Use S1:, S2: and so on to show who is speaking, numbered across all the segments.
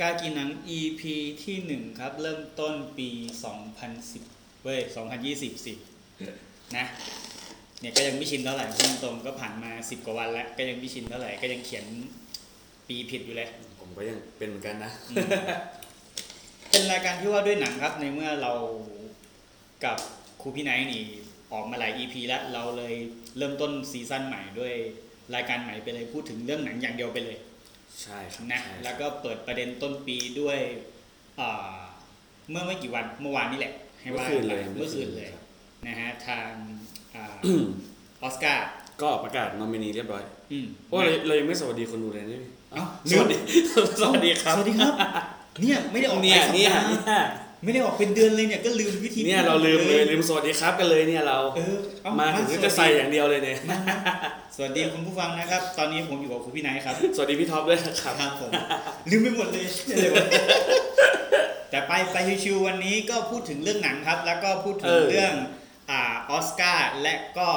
S1: กล้ากินหนัง EP ที่หนึ่งครับ เริ่มต้นปี 2010เว้ย2020สินะเนี่ยก็ยังไม่ชินเท่าไหร่พุ่งตรงๆก็ผ่านมา 10 กว่าวันแล้ว ก็ยังไม่ชินเท่าไหร่ก็ยังเขียนปีผิดอยู่เลย
S2: ผมก็ยังเป็นเหมือนกันนะ
S1: เป็นรายการที่ว่าด้วยหนังครับในเมื่อเรากับครูพี่ไนท์นี่ออกมาหลาย EP แล้วเราเลยเริ่มต้นซีซั่นใหม่ด้วยรายการใหม่ไปเลยพูดถึงเรื่องหนังอย่างเดียวไปเลย
S2: ใช่ครับ
S1: นะ
S2: ใช่ครับ
S1: แล้วก็เปิดประเด็นต้นปีด้วยอ่าเมื่อไม่กี่วันเมื่อวานนี่แหละให้
S2: เมื่อ
S1: ว่า
S2: คืนเลย
S1: เมื่อคืนเลย
S2: ครับ
S1: นะฮะทางอ่า ออสการ์
S2: ก็ประกาศนอมินีเรียบร้อย
S1: อืม
S2: โอ้เราเรายังไม่สวัสดีคนดูเลยนี่
S1: เอ้า
S2: สวัสดีสวัสดีครับ
S1: สวัสดีครับ เนี่ยไม่ได้ออก
S2: เนี่ย
S1: หลาสัป
S2: เนี่ย
S1: ดาห์
S2: เนี่ย
S1: ไม่ได้ออกเป็นเดือนเลยเนี่ยก็ลืมวิธี
S2: เนี่ยเราลืมเลยลืมสวัสดีครับกันเลยเนี่ยเรา
S1: เออเอ้
S2: มาถึงก็จะใส่อย่างเดียวเลยเนี่ย
S1: สวัสดีคุณผู้ฟังนะครับ ตอนนี้ผมอยู่กับครูพี่ไนท์ครับ
S2: สวัสดีพี่ท็อปด้วยนะครับ
S1: ครับผมลืมไปหมดเลยแต่ไปไปชิวๆวันนี้ก็พูดถึงเรื่องหนังครับ แล้วก็พูดถึงเรื่องอ่าออสการ์และก็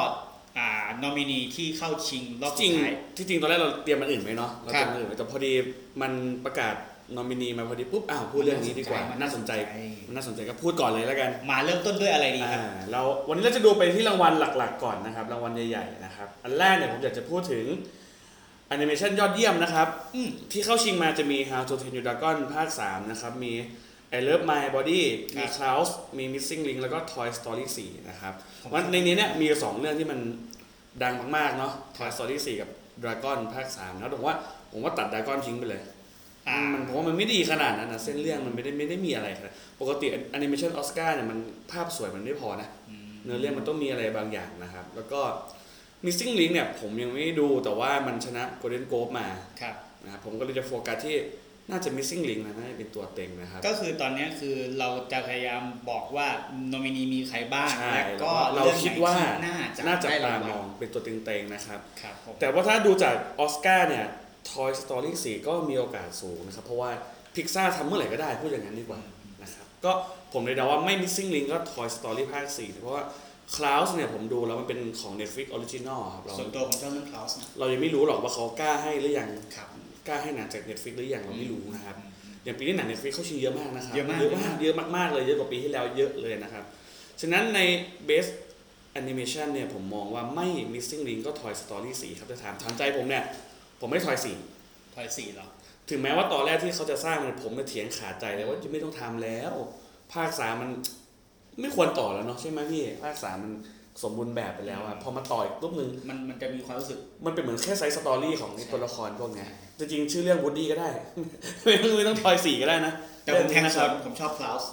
S1: อ่านอมินีที่เข้าชิงรอบ
S2: จริ
S1: สุ
S2: ง
S1: ดท้าย
S2: ที่จริงตอนแรกเราเตรียมมันอื่นไว้เนาะเรา
S1: ครับ
S2: เตรียมมันอื่นไว้แต่พอดีมันประกาศนอมินีมาพอดีปุ๊บอ้าวพูดเรื่องนี้ดีกว่ามันน่าสนใจมันน่าสนใจก็พูดก่อนเลยแล้วกัน
S1: มาเริ่มต้นด้วยอะไรดีครับ
S2: อ่าเราวันนี้เราจะดูไปที่รางวัลหลักๆ ก่อนนะครับ รางวัลใหญ่ๆนะครับอันแรกเนี่ยผมอยากจะพูดถึงแอนิเมชันยอดเยี่ยมนะครับ
S1: อืม
S2: ที่เข้าชิงมาจะมี How to Train Your Dragon ภาค 3 นะครับ มี I Love My Body
S1: ครั
S2: มี
S1: บ
S2: Klaus มี Missing Link แล้วก็ Toy Story 4 นะครับ
S1: ผม
S2: วันในนี้เนี่ยมี 2 เรื่องที่มันดังมากๆเนาะ Toy Story 4 กับ Dragon ภาค 3 นะผมว่าผมว่าตัด Dragon ทิ้งไปเลย
S1: อ่ามั
S2: มันผมว่ามันไม่ดีขนาดนั้นนะเส้นเรื่องมันไม่ได้ไม่ได้มีอะไรขนาดปกติแอนิเมชันออสการ์เนี่ยมันภาพสวยมันไม่พอนะ
S1: อืม
S2: เนื้อเรื่องมันต้องมีอะไรบางอย่างนะครับ แล้วก็ Missing Link เนี่ยผมยังไม่ได้ดูแต่ว่ามันชนะ Golden Globe มา
S1: ครับ
S2: นะครับผมก็เลยจะโฟกัสที่น่าจะ Missing Link นะน่าจะเป็นตัวเต็งนะครับ
S1: ก็คือตอนเนี้ยคือเราจะพยายามบอกว่านอมินีมีใครบ้าง
S2: ใช่
S1: และก็
S2: เราคิดว่า
S1: เรื่องไหนที่น่า
S2: น่า
S1: จะ
S2: จะ
S1: ได้รา
S2: ตาง ม
S1: วั
S2: ม
S1: ล
S2: องเป็นตัวเต็งๆนะครับ
S1: ครับผม
S2: แต่ว่าถ้าดูจากออสการ์เนี่ย Toy Story 4 ก็มีโอกาสสูงนะครับ เพราะว่าพิกซ r ทำเมื่อไหร่ก็ได้พูดอย่างนั้นดีกว่านะครับก็ผมเลยเดาว่าไม่ Missing Link ก็ Toy Story ภาค4นะเพราะว่า Klaus เนี่ยผมดูแล้วมันเป็นของ Netflix Original ครับเรา
S1: ส่วนตัวผมชอบเรื่องคลาสนะ
S2: เรายังไม่รู้หรอกว่าเขากล้าให้หรือยัง
S1: ครับ
S2: กล้าให้หนังจาก Netflix หรือยังเราไม่รู้นะครับ
S1: อืม
S2: อย่างปีนี้หนัง Netflix เข้าชิงเยอะมากนะครับ
S1: เยอะมาก
S2: เยอะมากเยอะมากๆเลยเยอะกว่าปีที่แล้วเยอะเลยนะครับ ฉะนั้นใน Best Animation เนี่ยผมมองว่าไม่ Missing Link ก็ Toy Story 4 ครับจะถามถามใจผมเนี่ย ผมไม่ Toy
S1: ถอยสี่เหรอ
S2: 4 ถึงแม้ว่าตอนแรกที่เขาจะสร้างเนี่ยผมเนี่ยเถียงขาดใจเลยว่าจะไม่ต้องทำแล้ว ภาค 3 มันไม่ควรต่อแล้วเนาะใช่ไหมพี่ ภาค 3 มันสมบูรณ์แบบไปแล้วอะพอมาต่ออีกรูปนึง
S1: มันมันจะมีความรู้สึก
S2: มันเป็นเหมือนแค่ไซส์สตอรี่ของ
S1: ใช่
S2: ตัวละครพวกเนี้ยจริงๆชื่อเรื่องวูดดี้ก็ได้ ไม่ต้องไม่ต้องทอยสี่ก็ได้นะ
S1: แต่ผมแทง
S2: เรื่องนี้นะ
S1: ช
S2: ค
S1: อ
S2: รั
S1: บบ ผมชอบคลาส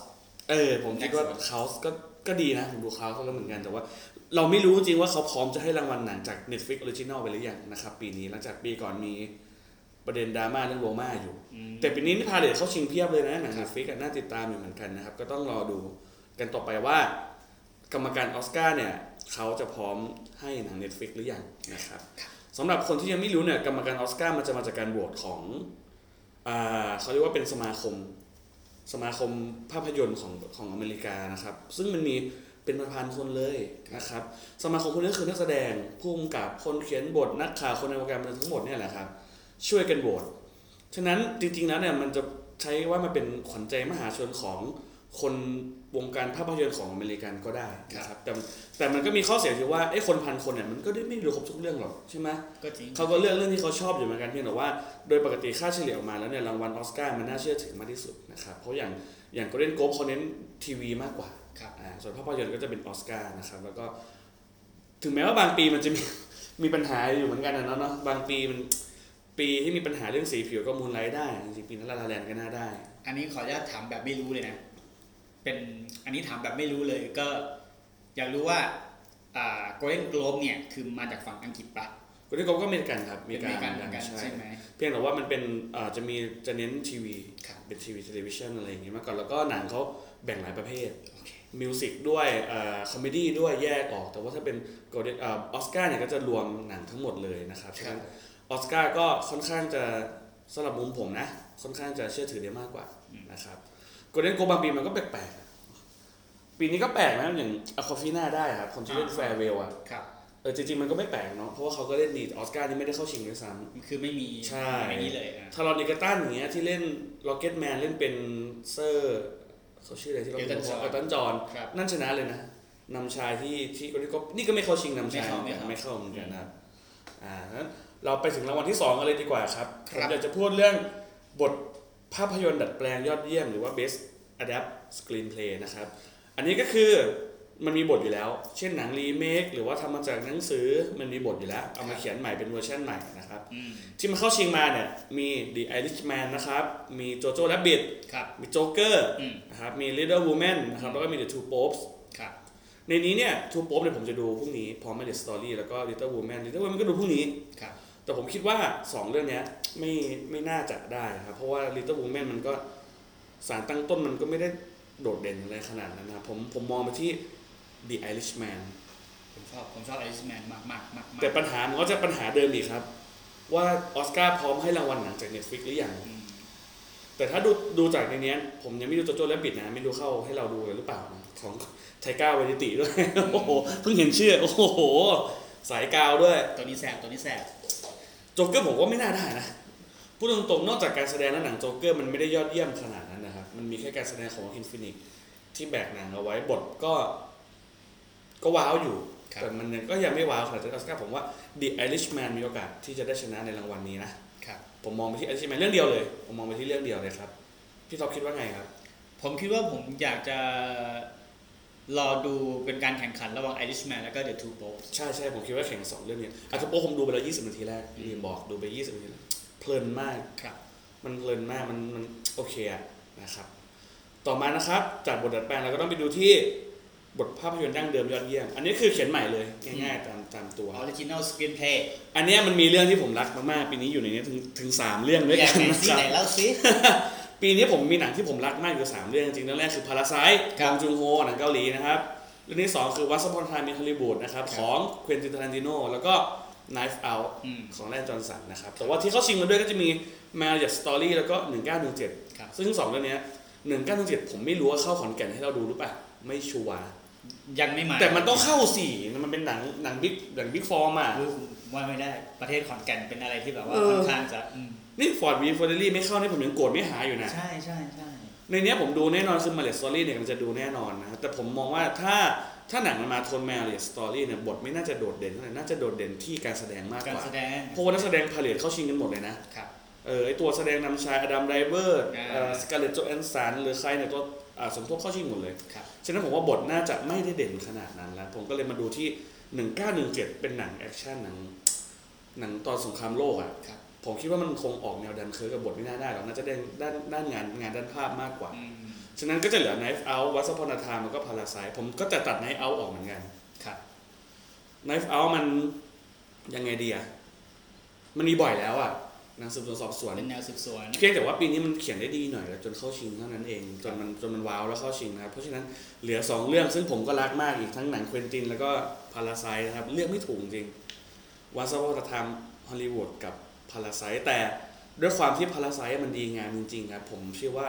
S2: เออผมคิดว่าเขาก็ก็ดีนะ ผมดูเขาเขาแล้วเหมือนกันแต่ว่า เราไม่รู้จริงว่าเขาพร้อมจะให้รางวัลหนังจาก Netflix Original ไปหรือยังนะครับ ปีนี้หลังจากปีก่อนมีประเด็นดราม่าเรื่องโรม่าอยู่ แต่ปีนี้นี่พาเลทเข้าชิงเพียบเลยนะหนัง
S1: ครับ
S2: Netflix อะน่าติดตามอยู่เหมือนกันนะครับ ก็ต้องรอดูกันต่อไปว่า กรรมการออสการ์เนี่ย เขาจะพร้อมให้หนัง Netflix หรือยังนะครับสำหรับคนที่ยังไม่รู้เนี่ยกรรมการออสการ์มันจะมาจากการโหวตของอ่าเขาเรียกว่าเป็นสมาคม สมาคมภาพยนตร์ของของอเมริกานะครับ ซึ่งมันมีเป็นประพันคนเลยนะครับ สมาคมพวกนี้ก็คือนักแสดงผู้กำกับคนเขียนบทนักข่าวคนในวงการบันเทิงทั้งหมดเนี่ยแหละครับช่วยกันโหวตฉะนั้นจริงๆแล้วเนี่ยมันจะใช้ว่ามันเป็นขวัญใจมหาชนของคนวงการภาพยนตร์ของอเมริกันก็ได้นะครับแต่แต่มันก็มีข้อเสียที่ว่าไอ้คนพันคนเนี่ยมันก็ได้ไม่รู้ครบทุกเรื่องหรอกใช่ไหม
S1: ก็จริง
S2: เขาก็เลือกเรื่องที่เขาชอบอยู่เหมือนกันเพียงแต่ว่าโดยปกติค่าเฉลี่ยออกมาแล้วเนี่ยรางวัลออสการ์มันน่าเชื่อถือมากที่สุดนะครับเพราะอย่างอย่าง Golden Globe เขาเน้นทีวีมากกว่า
S1: ครับ
S2: อ่าส่วนภาพยนตร์ก็จะเป็นออสการ์นะครับแล้วก็ถึงแม้ว่าบางปีมันจะมี มีปัญหาอยู่เหมือนกันนะเนาะเนาะบางปีมันปีที่มีปัญหาเรื่องสีผิวก็มูลไลท์ได้จริงๆปีนั้นลาลาแลนก็น่าได้
S1: อันนี้ขออนุญาตถามแบบไม่รู้เลยนะ เป็นอันนี้ถามแบบไม่รู้เลยก็ อยากรู้ว่าอ่าโกลเด้นโกลบเนี่ยคือมาจากฝั่งอังกฤษปะ
S2: Golden Globe ก็อเมริกันครับอเม
S1: เป็
S2: ริ
S1: น
S2: กัน
S1: อเมริกันเหมือนกัน
S2: ใช่
S1: ใช่ไหม
S2: เพียงแต่ว่ามันเป็นอ่าจะมีจะเน้นทีวี
S1: ครับ
S2: เป็นทีวีทีวีชันอะไรอย่างเงี้ยมากกว่อนแล้วก็หนังเขาแบ่งหลายประเภท
S1: โอเค
S2: มิวสิกด้วยเอ่อคอมเมดี้ด้วยแยกออก แต่ว่าถ้าเป็นโกลเด้นออสการ์เนี่ยก็จะรวมหนังทั้งหมดเลยนะครับฉะนั้นออสการ์ก็ค่อนข้างจะสำหรับมุมผมนะ ค่อนข้างจะเชื่อถือได้มากกว่า
S1: อืม
S2: นะครับโกลเด้นโกบางปีมันก็แปลกๆ ปีนี้ก็แปลกนะอย่างอคอฟีน่าได้ครับคนที่เล่นแฟร์เวลอะ
S1: ครับ
S2: เออจริงๆมันก็ไม่แปลกเนาะเพราะว่าเขาก็เล่นดีแต่ออสการ์นี่ไม่ได้เข้าชิงด้วยซ้
S1: คือไม่มี
S2: ใช่
S1: ไอ้นี่เลยอ่ะ
S2: ำทารอนเอเกตันอย่างเงี้ยที่เล่นล็อกเก็ตแมนเล่นเป็นเซอร์เขาชื่ออะไรที่เราเป็นเอลตันจอห์น
S1: ครับ
S2: นั่นชนะเลยนะนำชายที่ที่โอริโกนี่ก็ไม่เข้าชิงนำชาย
S1: ไม่เข้า
S2: ไม่เข้าเหมือนกันนะครับอ่างั้นเราไปถึงรางวัลที่สองกันเลยดีกว่าครับ
S1: ค
S2: ผ
S1: รั
S2: ม
S1: บ
S2: อยากจะพูดเรื่องบทภาพยนตร์ดัดแปลงยอดเยี่ยมหรือว่า best adapt screenplay นะครับ อันนี้ก็คือมันมีบทอยู่แล้ว เช่นหนังรีเมคหรือว่าทำมาจากหนังสือมันมีบทอยู่แล้ว เอามาเขียนใหม่เป็นเวอร์ชันใหม่นะครับ
S1: อืม
S2: ที่มาเข้าชิงมาเนี่ยมี The Irishman นะครับ มีโจโจ้และบิด
S1: ครับ
S2: มีโจ๊กเกอร์
S1: อืม
S2: นะครับมี Little Woman นะครับแล้วก็มี The Two Popes
S1: ครับ
S2: ในนี้เนี่ยทูโป๊ปเนี่ยผมจะดูพรุ่งนี้พร้อม Marriage Story แล้วก็ Little Women Little Women ก็ดูพรุ่งนี้
S1: ครับ
S2: แต่ผมคิดว่า 2 เรื่องเนี้ยไม่ไม่น่าจะได้นะครับเพราะว่า Little Women มันก็สารตั้งต้นมันก็ไม่ได้โดดเด่นอะไรขนาดนั้นนะครับผมผมมองไปที่ The Irishman
S1: ผมชอบผมชอบไอซ์แมนมากมากมากมาก
S2: แต่ปัญหามันก็จะปัญหาเดิมอีกครับ ว่าออสการ์พร้อมให้รางวัลหนังจาก Netflix หรือยัง
S1: อืม
S2: แต่ถ้าดูดูจากในเนี้ยผมยังไม่ดูโจโจ้และบิดนะ ไม่รู้เข้าให้เราดูเลยหรือเปล่านะของไทก้าวานิติด้วย โอ้โหเพิ่งเห็นชื่อโอ้โห สายกาวด้วย
S1: ตัวนี้แสบตัวนี้แสบ
S2: โจ๊กเกอร์ผมว่าไม่น่าได้นะพูดตรงๆนอกจากการแสดงแล้วหนังโจ๊กเกอร์มันไม่ได้ยอดเยี่ยมขนาดนั้นนะครับมันมีแค่การแสดงของคินฟินิกที่แบกหนังเอาไว้บทก็ ก็ว้าวอยู่
S1: ครับ
S2: แต่มันยังก็ยังไม่ว้าวขนาดนั้นออสการ์ผมว่า The Irishman มีโอกาสที่จะได้ชนะในรางวัลนี้นะครับ ผมมองไปที่ Irishman เรื่องเดียวเลย ผมมองไปที่เรื่องเดียวเลยครับพี่ท็อปคิดว่าไงครับ
S1: ผมคิดว่าผมอยากจะรอดูเป็นการแข่งขันระหว่างไอริชแมนแล้วก็เดอะทูโบส
S2: ใช่ใช่ผมคิดว่าแข่งสองเรื่องเนี้ยอาจจะโป้ผมดูไปแล้ว20 นาทีแรก
S1: อืม
S2: ลืมบอกดูไป 20 นาทีแรกเพลินมาก
S1: ครับ
S2: มันเพลินมาก มันมันโอเคอะนะครับ ต่อมานะครับ จากบทดัดแปลงเราก็ต้องไปดูที่บทภาพยนตร์ดั้งเดิมยอดเยี่ยม อันนี้คือเขียนใหม่เลยง่ายๆตามตามตัว
S1: ออริจินอลสกรีนเพลย์
S2: อันเนี้ยมันมีเรื่องที่ผมรักมากๆ ปีนี้อยู่ในเนี้ยถึงถึงสามเรื่องด้วย
S1: อ
S2: กั
S1: ยาก
S2: น
S1: ไหนซี
S2: นะครับ
S1: ไหนเล่าซิ
S2: ปีนี้ผมมีหนังที่ผมรักมากอยู่สามเรื่องจริงๆเรื่องแรกคือพาราไซต์
S1: ครั
S2: อบ งจุงโฮหนังเกาหลีนะครับเรื่องที่สองคือวัสพอนทามิฮอลลีวูดนะครับ
S1: ครับ
S2: ของควินตินทารันติโนแล้วก็ Knife Out
S1: อืม
S2: ของแรนจอนสันนะครับ แต่ว่าที่เขาชิงมาด้วยก็จะมี Marriage Story แล้วก็ 1917
S1: ครับ
S2: ซึ่งสองเรื่องเนี้ย1917 ผมไม่รู้ว่าเข้าขอนแก่นให้เราดูหรือเปล่าไม่ชัวร์
S1: ยังไม่มา
S2: แต่มันต้องเข้าสี่มันเป็นหนังหนังบิ๊กหนังบิ๊กฟอร์มอ่ะ
S1: รู้ว่าไม่ได้ประเทศขอนแก่นเป็นอะไรที่แบบว่า
S2: เออ
S1: ค่อนข้างจะอืม
S2: นี่ฟอร์ดวีฟอร์เดลี่ไม่เข้านี่ผมยังโกรธไม่หายอยู่นะ
S1: ใช่ใช่ใช่
S2: ในเนี้ยผมดูแน่นอนคือมาเลสตอรี่เนี่ยมันจะดูแน่นอนนะครับแต่ผมมองว่าถ้าถ้าหนังมันมาโทนมาเลสตอรี่เนี่ยบทไม่น่าจะโดดเด่นเท่าไหร่น่าจะโดดเด่นที่การแสดงมาก
S1: กากร
S2: ว่า
S1: แสดง
S2: เพราะว่านักแสดงพาเลตเข้าชิงกันหมดเลยนะครับ เออไอตัวแสดงนำชายอดัมไดเวอร์
S1: อ่า
S2: สกาเลตโจแอนสันหรือใครเนี่ยตัวอ่าสมทบเข้าชิงหมดเลย
S1: ครับ
S2: ฉะนั้นผมว่าบทน่าจะไม่ได้เด่นขนาดนั้นแล้ว ผมก็เลยมาดูที่ 1917 เป็นหนังแอคชั่นหนังหนังตอนสงครามโลกอ่ะ
S1: ครับ
S2: ผมคิดว่ามันคงออกแนวดันเคิร์กกับบทไม่น่าได้หรอกน่าจะด้านด้านด้านงานงานด้านภาพมากกว่า
S1: อืม
S2: ฉะนั้นก็จะเหลือ Knife Out วัสพนาธามแล้วก็พาราไซผมก็จะตัด Knife Out ออกเหมือนกัน
S1: ครับ
S2: Knife Out มันยังไงดีอะมันมีบ่อยแล้วอะหนังสืบสวนสอบสวน
S1: เป็นแนวสืบสวน
S2: เพียงแต่ว่าปีนี้มันเขียนได้ดีหน่อยแล้วจนเข้าชิงเท่านั้นเอง จนมันจนมันว้าวแล้วเข้าชิงนะครับเพราะฉะนั้นเหลือ 2 เรื่องซึ่งผมก็รักมากอีกทั้งหนังควินตินแล้วก็พาราไซนะครับเลือกไม่ถูกจริงวัสพนาธามฮอลลีวูดกับพาราไซแต่ด้วยความที่พาราไซมันดีงามจริงๆครับผมเชื่อว่า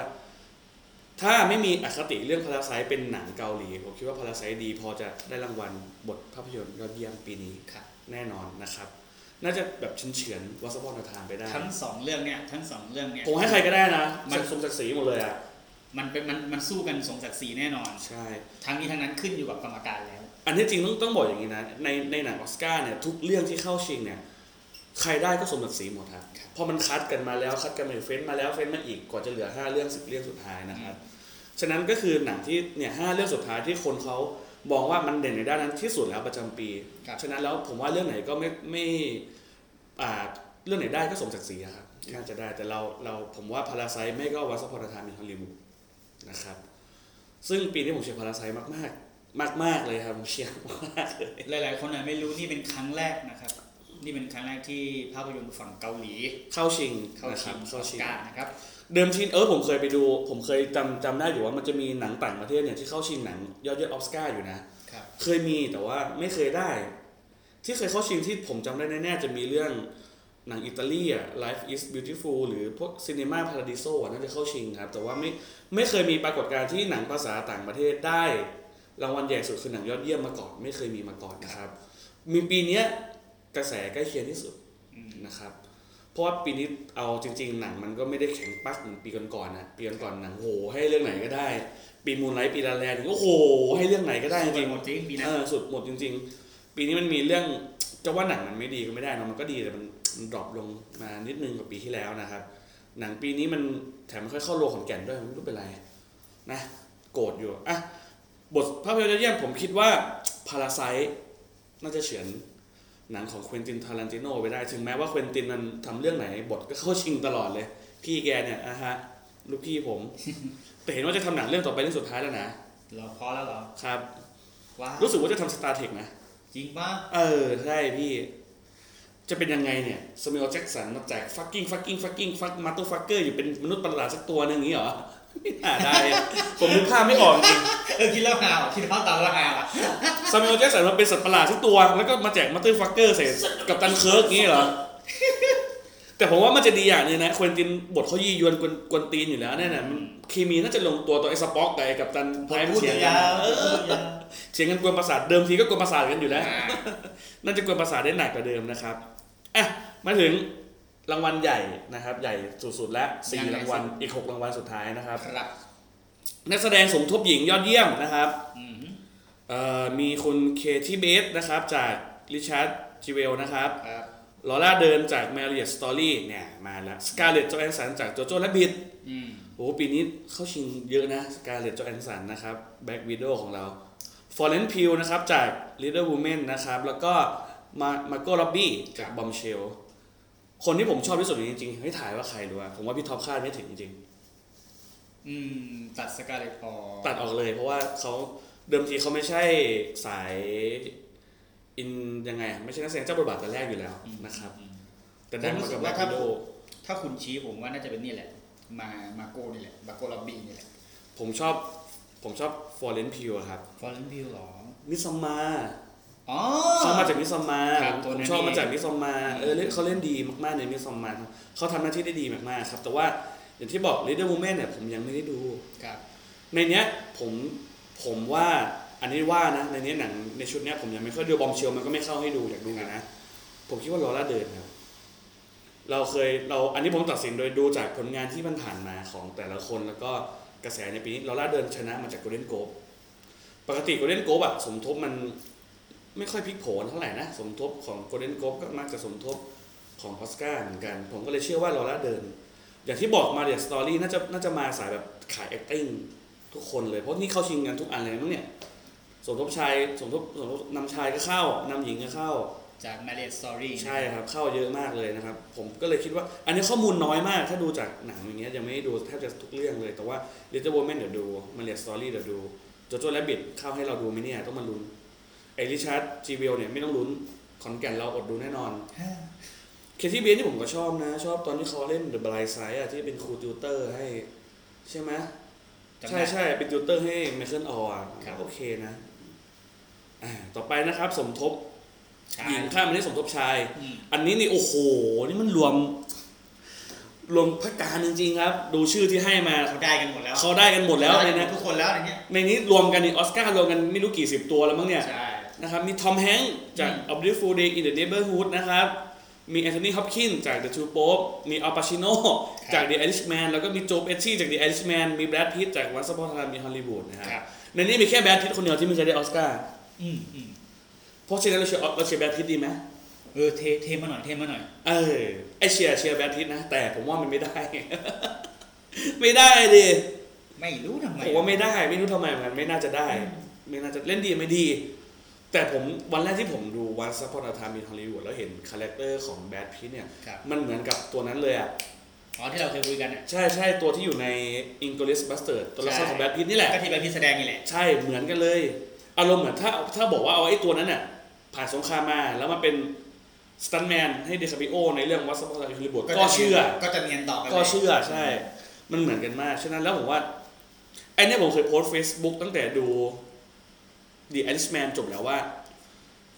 S2: ถ้าไม่มีอคติเรื่องพาราไซเป็นหนังเกาหลีผมคิดว่าพาราไซดีพอจะได้รางวัลบทภาพยนตร์ยอดเยี่ยมปีนี้
S1: ครับ
S2: แน่นอนนะครับ น่าจะแบบเฉือนๆวัสปอนทานไปได้
S1: ทั้งสองเรื่องเนี่ยทั้งสองเรื่องเนี่ย
S2: ผมให้ใครก็ได้นะ
S1: มั
S2: มัน
S1: น
S2: สมศักดิ์ศรีหมดเลยอ่ะ
S1: มันเป็นมันมันสู้กันสงศักดิ์ศรีแน่นอน
S2: ใช่
S1: ทั้งนี้ทั้งนั้นขึ้นอยู่กับกรรมการแล้ว
S2: อันที่จริงต้องต้องบอกอย่างนี้นะในในหนังออสการ์เนี่ยทุกเรื่องที่เข้าชิงเนี่ยใครได้ก็สมศักดิ์ศรีหมดครับ
S1: ครับ
S2: พอมันคัดกันมาแล้วคัดกันมาอีกเฟ้นมาแล้วเฟ้นมาอีกกว่าจะเหลือห้าเรื่องสิบเรื่องสุดท้ายนะครับ ฉะนั้นก็คือหนังที่เนี่ยห้าเรื่องสุดท้ายที่คนเขามองว่ามันเด่นในด้านนั้นที่สุดแล้วประจำปี
S1: ครับ
S2: ฉะนั้นแล้วผมว่าเรื่องไหนก็ไม่ไม่อ่าเรื่องไหนได้ก็สมศักดิ์ศรีอะครับน่าจะได้แต่เราเราผมว่าพาราไซไม่ก็วัสพอร์ทามีฮอลลีวูดนะครับ ซึ่งปีนี้ผมเชียร์พาราไซมากมากมากมาก ๆ เลยครับผมเชียร์มากเลย
S1: หลาย ๆ คนอาจไม่รู้นี่เป็นครั้งแรกนะครับ นี่เป็นครั้งแรกที่ภาพยนตร์ฝั่งเกาหลี
S2: เข้าชิง
S1: เข้าชิง
S2: นะครับ
S1: ออ
S2: เข้า
S1: ส
S2: ชิง
S1: การ์นะครับ
S2: เดิมทีเออผมเคยไปดู ผมเคยจำจำได้อยู่ว่ามันจะมีหนังต่างประเทศเนี่ยที่เข้าชิงหนังยอดเยี่ยมออสการ์อยู่นะ
S1: ครับ
S2: เคยมีแต่ว่าไม่เคยได้ ที่เคยเข้าชิงที่ผมจำได้แน่ๆ จะมีเรื่องหนังอิตาลีอ่ะ Life is Beautiful หรือพวก Cinema Paradiso อ่ะน่าจะเข้าชิงครับ แต่ว่าไม่ไม่เคยมีปรากฏการณ์ที่หนังภาษาต่างประเทศได้ รางวัลใหญ่สุดคือหนังยอดเยี่ยมมาก่อน ไม่เคยมีมาก่อนนะครับ มีปีเนี้ยกระแสใกล้เคียงที่สุด
S1: อืม
S2: นะครับ เพราะว่าปีนี้เอาจริง ๆ หนังมันก็ไม่ได้แข็งปักเหมือนปีก่อนๆนะปีก่อนๆหนังโหให้เรื่องไหนก็ได้ ปีมูนไลท์ปีลาแลนด์ก็โหให้เรื่องไหนก็ได้จ
S1: สุ
S2: ริง
S1: หมดจริงปีนั้
S2: เอน อสุดหมดจริง ๆ ปีนี้มันมีเรื่องจะว่าหนังมันไม่ดีก็ไม่ได้เนอะมันก็ดีแต่มันมันดรอปลงมานิดนึงกว่าปีที่แล้วนะครับ หนังปีนี้มันแถมมันค่อยเข้าโรงขอนแก่นด้วยมันไม่รู้เป็นไรนะโกรธอยู่อ่ะบทภาพยนตร์ยอดเยี่ยมผมคิดว่าพาราไซน่าจะเฉือนหนังของเควินตินทารันติโนไปได้ ถึงแม้ว่าเควินตินมันทำเรื่องไหน บทก็เข้าชิงตลอดเลย พี่แกเนี่ยอ่ะฮะลูกพี่ผม แต่เห็นว่าจะทำหนังเรื่องต่อไปเรื่องสุดท้ายแล้วนะ
S1: เหราพอแล้วเหรอ
S2: ครับ
S1: ว้าว
S2: รู้สึกว่าจะทำสตาร์เทคนะ
S1: จริงป่ะ
S2: เออใช่พี่ จะเป็นยังไงเนี่ยสมิ l แจ็ k สันมาแจกฟักกิ้งฟักกิ้งฟักกิ้งฟักมาตุฟักเกอร์อยู่เป็นมนุษย์ประหลาดสักตัวหนึ่งอย่างนี้เหร อ ไม่น่าได้อะผมนึกภาพไม่ออกจริง
S1: เออคิดแล้วหาวคิดแล้วตามแล้วหาวอะ
S2: สมิ l แจ็ k สันมาเป็นสัตว์ประหลาดสักตัว แล้วก็มาแจกมาตุฟักเกอร์ใส่กับตันเคิร์กอย่างนี้เหรอ แต่ผมว่ามันจะดีอย่างหนึงนะควินตินบทเขายียวนกวนกวนตีนอยู่แล้วเนี่ยนะมันเคมีน่าจะลงตัวตัวไอ้สป็อกกับไอ้กับตัน
S1: ผม
S2: มัน
S1: พูด
S2: เถียงกั
S1: ยาน วๆ
S2: เออ
S1: พูดยาว
S2: เถียงกันกวนประสาทเดิมทีก็กวนประสาทกันอยู่แล้ว
S1: อ่า
S2: น่าจะกวนประสาทได้หนักกว่าเดิมนะครับอ่ะมาถึงรางวัลใหญ่นะครับ ใหญ่สุดๆแล้วสี่รางวัลอีกหกรางวัลสุดท้ายนะครับ
S1: ครับ
S2: นักแสดงสมทบหญิงยอดเยี่ยมนะครับ
S1: อืม
S2: เอ่อมีคุณเคที่เบสนะครับ จากริชาร์ดจิเวลนะครับ
S1: ครับ
S2: ลอร่าเดินจากแมรี่สตอรี่เนี่ยมาแล้วสกาเลตจอแอนสันจากโจโจ้และบิด
S1: อืม
S2: โอ้โหปีนี้เข้าชิงเยอะนะสกาเลตจอแอนสันนะครับแบ็กวิดโอของเราฟอร์เรนพิวนะครับจากลิเดอร์วูแมนนะครับแล้วก็มามาโก้ล็อบบี้
S1: ครับ
S2: บอมเชล คนที่ผมชอบที่สุดจริงๆให้ถ่ายว่าใครรู้ว่าผมว่าพี่ท็อปคาดไม่ถึงจริง
S1: อืมตัดสกาเลตออก
S2: ๆตัดออกเลยเพราะว่าเขาเดิมทีเขาไม่ใช่สายอินยังไง ไม่ใช่นักแสดงเจ้าบทบาทแต่แรกอยู่แล้วนะครับ แต่ดัง
S1: ผม
S2: มากับ
S1: รู้สึกว่า
S2: แบ็ค
S1: ถ้า
S2: โด
S1: ถ้าคุณชี้ผมว่าน่าจะเป็นนี่แหละ มามาโก้นี่แหละมาโก้ล็อบบี้นี่แหละ
S2: ผมชอบผมชอบฟอร์เรนพิวครับ
S1: ฟอร์เรนบิวหรอ
S2: มิซอมมา
S1: อ๋อ
S2: เขามาจากมิซอมมา
S1: ครับตัว
S2: ผ
S1: นั้
S2: ม
S1: น
S2: ชอบมา
S1: เอง
S2: จากมิซอมมาเออเล่น
S1: อืม
S2: เขาเล่นดีมากๆในมิซอมมาเขาทำหน้าที่ได้ดีมากๆครับแต่ว่าอย่างที่บอกลิเดอร์มูเมนเนี่ยผมยังไม่ได้ดู
S1: ครับ
S2: ในเนี้ยผมผมว่าอันนี้ว่านะในเนี้ยหนังในชุดเนี้ยผมยังไม่ค่อยดูบอมเชลมันก็ไม่เข้าให้ดูอยากดูไงนะผมคิดว่าลอร่าเดินครับเราเคยเราอันนี้ผมตัดสินโดยดูจากผลงานที่มันผ่านมาของแต่ละคนแล้วก็กระแสในปีนี้ลอร่าเดินชนะมาจากโกลเด้นโกลบปกติโกลเด้นโกลบอะสมทบมันไม่ค่อยพลิกโผนเท่าไหร่นะสมทบของโกลเด้นโกลบก็มักจะสมทบของออสการ์เหมือนกัน ผมก็เลยเชื่อว่าลอร่าเดิน อย่างที่บอกมาเดียสตอรี่น่าจะน่าจะมาสายแบบขาย acting ทุกคนเลยเพราะนี่เข้าชิงกันทุกอันเลยมั้งเนี่ยสมทบชายสมทบสมทบนำชายก็เข้านำหญิงก็เข้า
S1: จากมาเลสซอรี่
S2: ใช่ครับ เข้าเยอะมากเลยนะครับ ผมก็เลยคิดว่า อันนี้ข้อมูลน้อยมาก ถ้าดูจากหนังอย่างเงี้ยยังไม่ได้ดูแทบจะทุกเรื่องเลย แต่ว่า Little Women เดี๋ยวดูมาเรียสตอรี่เดี๋ยวดูโจโจ้และบิดเข้าให้เราดูไหมเนี่ยต้องมาลุ้นไอริชาร์ดจีเวลเนี่ยไม่ต้องลุ้นขอนแก่นเราอดดูแน่นอน เคที่เบนที่ผมก็ชอบนะ ชอบตอนที่เขาเล่น The Blind Side อะที่เป็นครูติวเตอร์ให้ ใช่ไหม
S1: จำ
S2: ใช่
S1: ได้
S2: ใช่เป็นติวเตอร์ให้ไมเคิลออะ
S1: ครับ
S2: โอเคนะอ่าต่อไปนะครับ สมทบ
S1: ใช่
S2: หญิงข้ามมาที่สมทบชาย
S1: อืม
S2: อันนี้นี่โอ้โห นี่มันรวม รวมพระการจริงๆครับ ดูชื่อที่ให้มา
S1: เขาได้กันหมดแล้ว
S2: เขาได้กันหมดแล้วใน
S1: ได้กั
S2: นะ
S1: ทุกคนแล้วในเนี้ย
S2: ในนี้รวมกันนี่ออสการ์รวมกันไม่รู้กี่สิบตัวแล้วมั้งเนี่ย
S1: ใช่
S2: นะครับ มีทอมแฮงค์จาก
S1: อืม
S2: A Beautiful Day in the Neighborhood นะครับ มีแอนโทนีฮอปกินจาก The Two Popes มีอัลปาชิโนจาก The Irishman แล้วก็มีโจเอชชี่จาก The Irishman มีแบรดพิตจาก Once Upon a Time in Hollywood นะ
S1: ค
S2: ค
S1: รั
S2: รับบ ในนี้มีแค่แบรดพิตคนเดียวที่ไม่เคยได้ออสการ์
S1: อืมอืม
S2: เพราะฉะนั้นเราเชียร์เราเชียร์แบรดพิตดีไหม
S1: เออเทเทมาหน่อยเทมาหน่อย
S2: เออไอเชียร์เชียร์แบทพิตนะ แต่ผมว่ามันไม่ได้ ไม่ได้ดิ
S1: ไม่รู้ทำไม
S2: ผมว่าไม่ได้ ไม่รู้ทำไมเหมือนกันไม่น่าจะได้ ไม่น่าจะเล่นดีไม่ดี แต่ผมวันแรกที่ผมดูวันซัพพอร์ตทามินฮอลลีวูดแล้วเห็นคาแรคเตอร์ของแบทพิตเนี่ย
S1: ครับ
S2: มันเหมือนกับตัวนั้นเลยอ่ะ
S1: อ๋อที่เราเคยคุยกันอ่ะ
S2: ใช่ใช่ตัวที่อยู่ในอิงก i ิสบัสเตอร์ตัวละครของแบทพิตนี่แหละ
S1: ก็ที่ไปพี่แสดงนี่แหละ
S2: ใช่เหมือนกันเลย อารมณ์เหมือนถ้าถ้าบอกว่าเอาไอ้ตัวนั้นน่ะผ่านสงครามมาแล้วมาเป็นสตันแมนให้เดคาปิโอในเรื่องวัสซัพพอร์ตทามินฮอลลีวูดก็เชื่อ
S1: ก็จะเนียนต่อไป
S2: ก็เชื่อใช่ มันเหมือนกันมาก ฉะนั้นแล้วผมว่าไอ้เนี่ยผมเคยโพสต์ Facebook ตั้งแต่ดู The Irishman จบแล้วว่า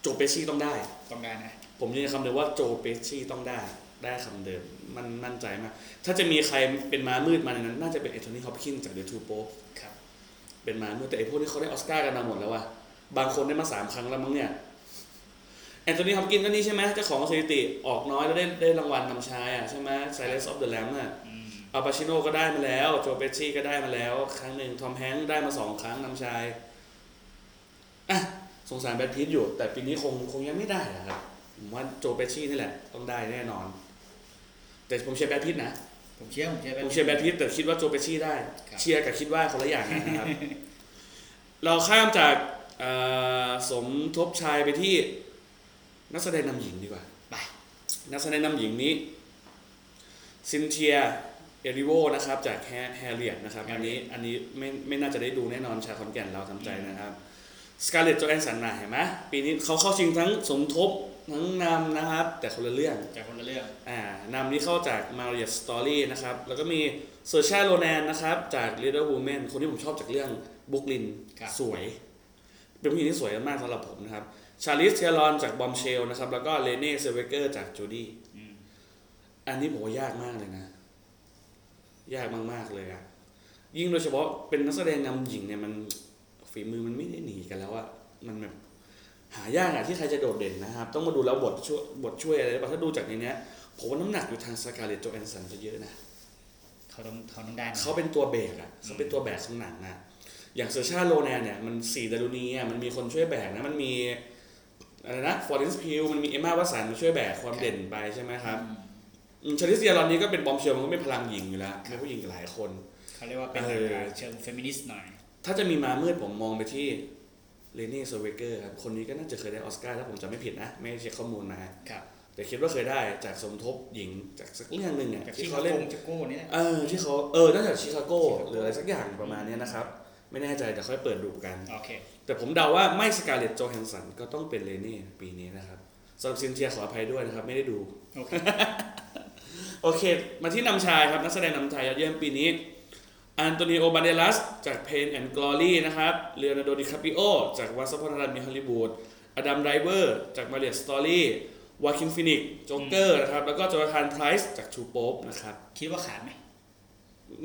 S2: โจเปชี่ต้องได้
S1: ต้องการนะ
S2: ผมยืนยันคำเดิมว่าโจเปชี่ต้องได้ ได้คำเดิม มันมั่นใจมาก ถ้าจะมีใครเป็นม้ามืดมาในนั้น น่าจะเป็นเอ h ทนีฮอปคินจาก The Two Popes
S1: ครับ
S2: เป็นม้ามืดแต่ไอ้พวกนี้เขาได้ออสการ์กันมาหมดแล้วว่ะ บางคนได้มาสามครั้งแล้วมั้งเนี่ย แอนโทนีฮอปกินก็นี่ใช่ไหมเจ้าของสถิติออกน้อยแล้วได้ได้รางวัลนำชายอ่ะใช่ไหม Silence of the Lamb อ่ะ
S1: อืม
S2: อัลปาชิโนก็ได้มาแล้วโจเปชี่ก็ได้มาแล้ว ครั้งหนึ่งทอมแฮงค์ได้มาสองครั้งนำชายอ่ะสงสารแบทพีทอยู่ แต่ปีนี้คงคงยังไม่ได้อะครับผมว่าโจเปชี่นี่แหละ ต้องได้แน่นอน แต่ผมเชียร์แบทพีทนะ
S1: ผมเชียร์ผมเชียร์แบ
S2: ผมเชียร์แบทพิทแต่คิดว่าโจเปชี่ได้
S1: ครับ
S2: เชียร์กับคิดว่าคนละอย่างกัน นะครับ เราข้ามจากเอ่อสมทบชายไปที่นักแสดงนำหญิงดีกว่า
S1: ไป
S2: นักแสดงนำหญิงนี้ซินเทียเอริโวนะครับ จากแฮร์เรียตนะครับ อันนี้อันนี้ไม่ไม่น่าจะได้ดูแน่นอนชาวขอนแก่นเราทำใจนะครับสการ์เล็ตจอแอนสันมาเห็นไหมปีนี้เขาเข้าชิงทั้งสมทบทั้งนำนะครับ แต่คนละเรื่อง
S1: จากคนละเรื่อง
S2: อ่านำนี้เข้าจาก Marriott Story นะครับ แล้วก็มีเซอร์ชาโรแนนนะครับ จาก Little Women คนที่ผมชอบจากเรื่องบุคลิน
S1: ครับ
S2: สวย เป็นผู้หญิงที่สวยมากสำหรับผมนะครับชาลิสเทลอนจากบอมเชลนะครับ แล้วก็เลเน่เซเวเกอร์จากจูดี้
S1: อืม
S2: อันนี้ผมว่ายากมากเลยนะ ยากมาก ๆ เลยอะยิ่งโดยเฉพาะเป็นนักแสดงนำหญิงเนี่ยมันฝีมือมันไม่ได้หนีกันแล้วอะมันแบบหายากอะที่ใครจะโดดเด่นนะครับ ต้องมาดูแล้วบทช่วยบทช่วยอะไรหรือเปล่าถ้าดูจากในเนี้ย ผมว่าน้ำหนักอยู่ทางสกาเลตโจแอนสันจะเยอะนะ
S1: เขาต้องเขาต้องได้นะ
S2: เขาเป็นตัวแบกอะเขาเป็นตัวแบกของหนังอะอย่างเซอร์ชาโลแนนเนี่ยมันสีดารุณีอะมันมีคนช่วยแบกนะ มันมีอะไรนะฟอร์เรนซ์พิวมันมีเอมมาวัสันมาช่วยแบกควา
S1: ค
S2: ม
S1: รับ
S2: เด่นไปใช่ไหมครับ
S1: อืม
S2: อืมชาลิสเซียรอนนี้ก็เป็นบอมเชลมันก็เป็นพลังหญิงอยู่แล้วมีผู้หญิงหลายคน
S1: เขาเรียกว่าเป็น
S2: เออ
S1: เชิงเฟมินิสต์หน่อย
S2: ถ้าจะมีมามืดผมมองไปที่เลเน่เซเวเกอร์ครับ คนนี้ก็น่าจะเคยได้ออสการ์ถ้าผมจำไม่ผิดนะ ไม่ได้เช็คข้อมูลมา
S1: ครับ
S2: แต่คิดว่าเคยได้จากสมทบหญิงจากสักเรื่องหนึ่งเนี่ย
S1: กับที่
S2: ที่
S1: เขา
S2: เขา
S1: เล่
S2: เล่
S1: น
S2: น
S1: จะโก้นี่แหละ
S2: เออที่เขาเออน่าจะชิคาโก
S1: ชิคาโก้
S2: หรืออะไรสักอย่างประมาณเนี้ยนะครับ ไม่แน่ใจแต่ค่อยเปิดดูกัน
S1: โอเค
S2: แต่ผมเดาว่าไม่สกาเลตโจแฮนสันก็ต้องเป็นเลเน่ปีนี้นะครับสำหรับซินเทียขออภัยด้วยนะครับ ไม่ได้ดู
S1: โอเค
S2: โอเค มาที่นำชายครับ นักแสดงนำชายยอดเยี่ยมปีนี้อันโตนิโอบาเดลัส จากเพนแอนด์กลอรี่นะครับเร o n นา d โดดิคาปิโอจากวัสพนรันมีฮอลลีวูดอดัมไรเวอร์จากมาเรียสตอรี่วาคินฟินิกจ็อกเกอร์นะครับแล้วก็จอร์แดนไพรส์จากทูโป๊ปนะครับ
S1: คิดว่าขาดไหม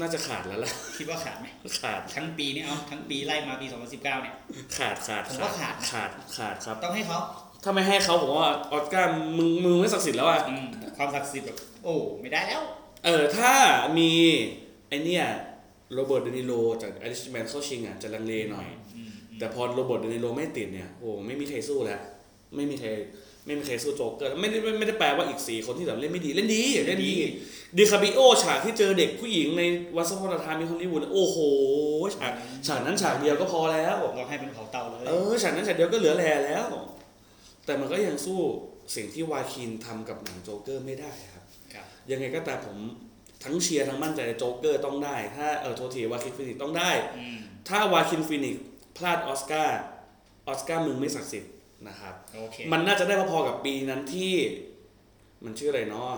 S2: น่าจะขาดแล้วล่ะ
S1: คิดว่าขาดไหม
S2: ขาด
S1: ทั้งปีเนี่ยเอาทั้งปีไล่มาปี 2019 เนี่ย
S2: ขาดขาด
S1: ผมว่าขาด
S2: ขาดขาดครับ
S1: ต้องให้เขา
S2: ถ้าไม่ให้เขาผมว่าออสการ์มึงมึงไม่ศักดิ์สิทธิ์แล้วอ่ะ
S1: อืมความศักดิ์สิทธิ์แบบโอ้ไม่ได้แล้ว
S2: เออถ้ามีไอเนี่ยโรเบิร์ตเดนิโลจากไอริชแมนเข้าชิงอ่ะจะลังเลหน่อย
S1: อืม
S2: แต่พอโรเบิร์ตเดนิโลไม่ติดเนี่ยโอ้ไม่มีใครสู้แล้วไม่มีใครไม่มีใครสู้โจ๊กเกอร์ไม่ได้ไม่ไม่ได้แปลว่าอีกสี่คนที่แบบเล่นไม่ดีเล่นดีเล่นดีดิคาบิโอฉากที่เจอเด็กผู้หญิงในวัสพนธามีฮอลลีวูดโอ้โหฉากฉากนั้นฉากเดียวก็พอแล้ว
S1: เราให้เป็นเผาเตาเลย
S2: เออฉากนั้นฉากเดียวก็เหลือแหล่แล้ว แต่มันก็ยังสู้สิ่งที่วาคินทำกับหนังโจ๊กเกอร์ไม่ได้ครับ
S1: ครับ
S2: ยังไงก็ตามผมทั้งเชียร์ทั้งมั่นใจในโจ๊กเกอร์ต้องได้ ถ้าเออโทษทีวาคินฟินิกซ์ต้องได้
S1: อืม
S2: ถ้าวาคินฟินิกซ์พลาดออสการ์ออสการ์มึงไม่ศักดิ์สิทธิ์นะครับ
S1: โอเค
S2: มันน่าจะได้พอๆกับปีนั้นที่ มันชื่ออะไรเนาะ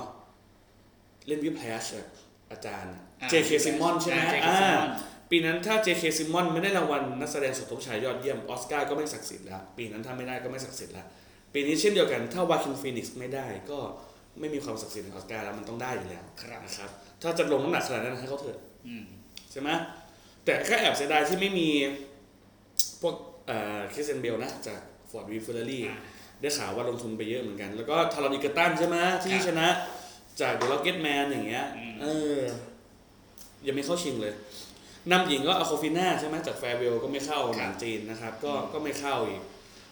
S2: เล่นวิพแพลชอะอาจารย์
S1: อ่ะ
S2: เจเคซิมอนใช่ไหมา
S1: J.K.
S2: อ่า
S1: Simmons
S2: ปีนั้นถ้า J.K. Simmons ไม่ได้รางวัลนักแสดงสมทบชายยอดเยี่ยมออสการ์ก็ไม่ศักดิ์สิทธิ์แล้ว ปีนั้นถ้าไม่ได้ก็ไม่ศักดิ์สิทธิ์แล้ว ปีนี้เช่นเดียวกัน ถ้าวาคินฟีนิกซ์ไม่ได้ก็ไม่มีความศักดิ์สิทธิ์ในออสการ์แล้วมันต้องได้อยู่แล้ว
S1: ครับ
S2: นะครับถ้าจะลงน้ำหนักขนาดนั้นให้เขาเถอะ
S1: อืม
S2: ใช่ไหมแต่ก็แอบเสียดายที่ไม่มีพวกเอ่อคริสเซนเบลนะจากฟอร์ดวีเฟอร์รี่
S1: อ่า
S2: ได้ข่าวว่าลงทุนไปเยอะเหมือนกัน แล้วก็ทารอนิกตันใช่ไหม
S1: ค
S2: ที่
S1: รับ
S2: ชนะจากเดอะล็อกเก็ตแมนอย่างเงี้ย
S1: อืม
S2: เออ ยังไม่เข้าชิงเลยนำหญิงก็อาโคฟิน่าใช่ไหมจากแฟร์เวลก็ไม่เข้าหนังจีนนะครับ ก็ก็ไม่เข้าอีก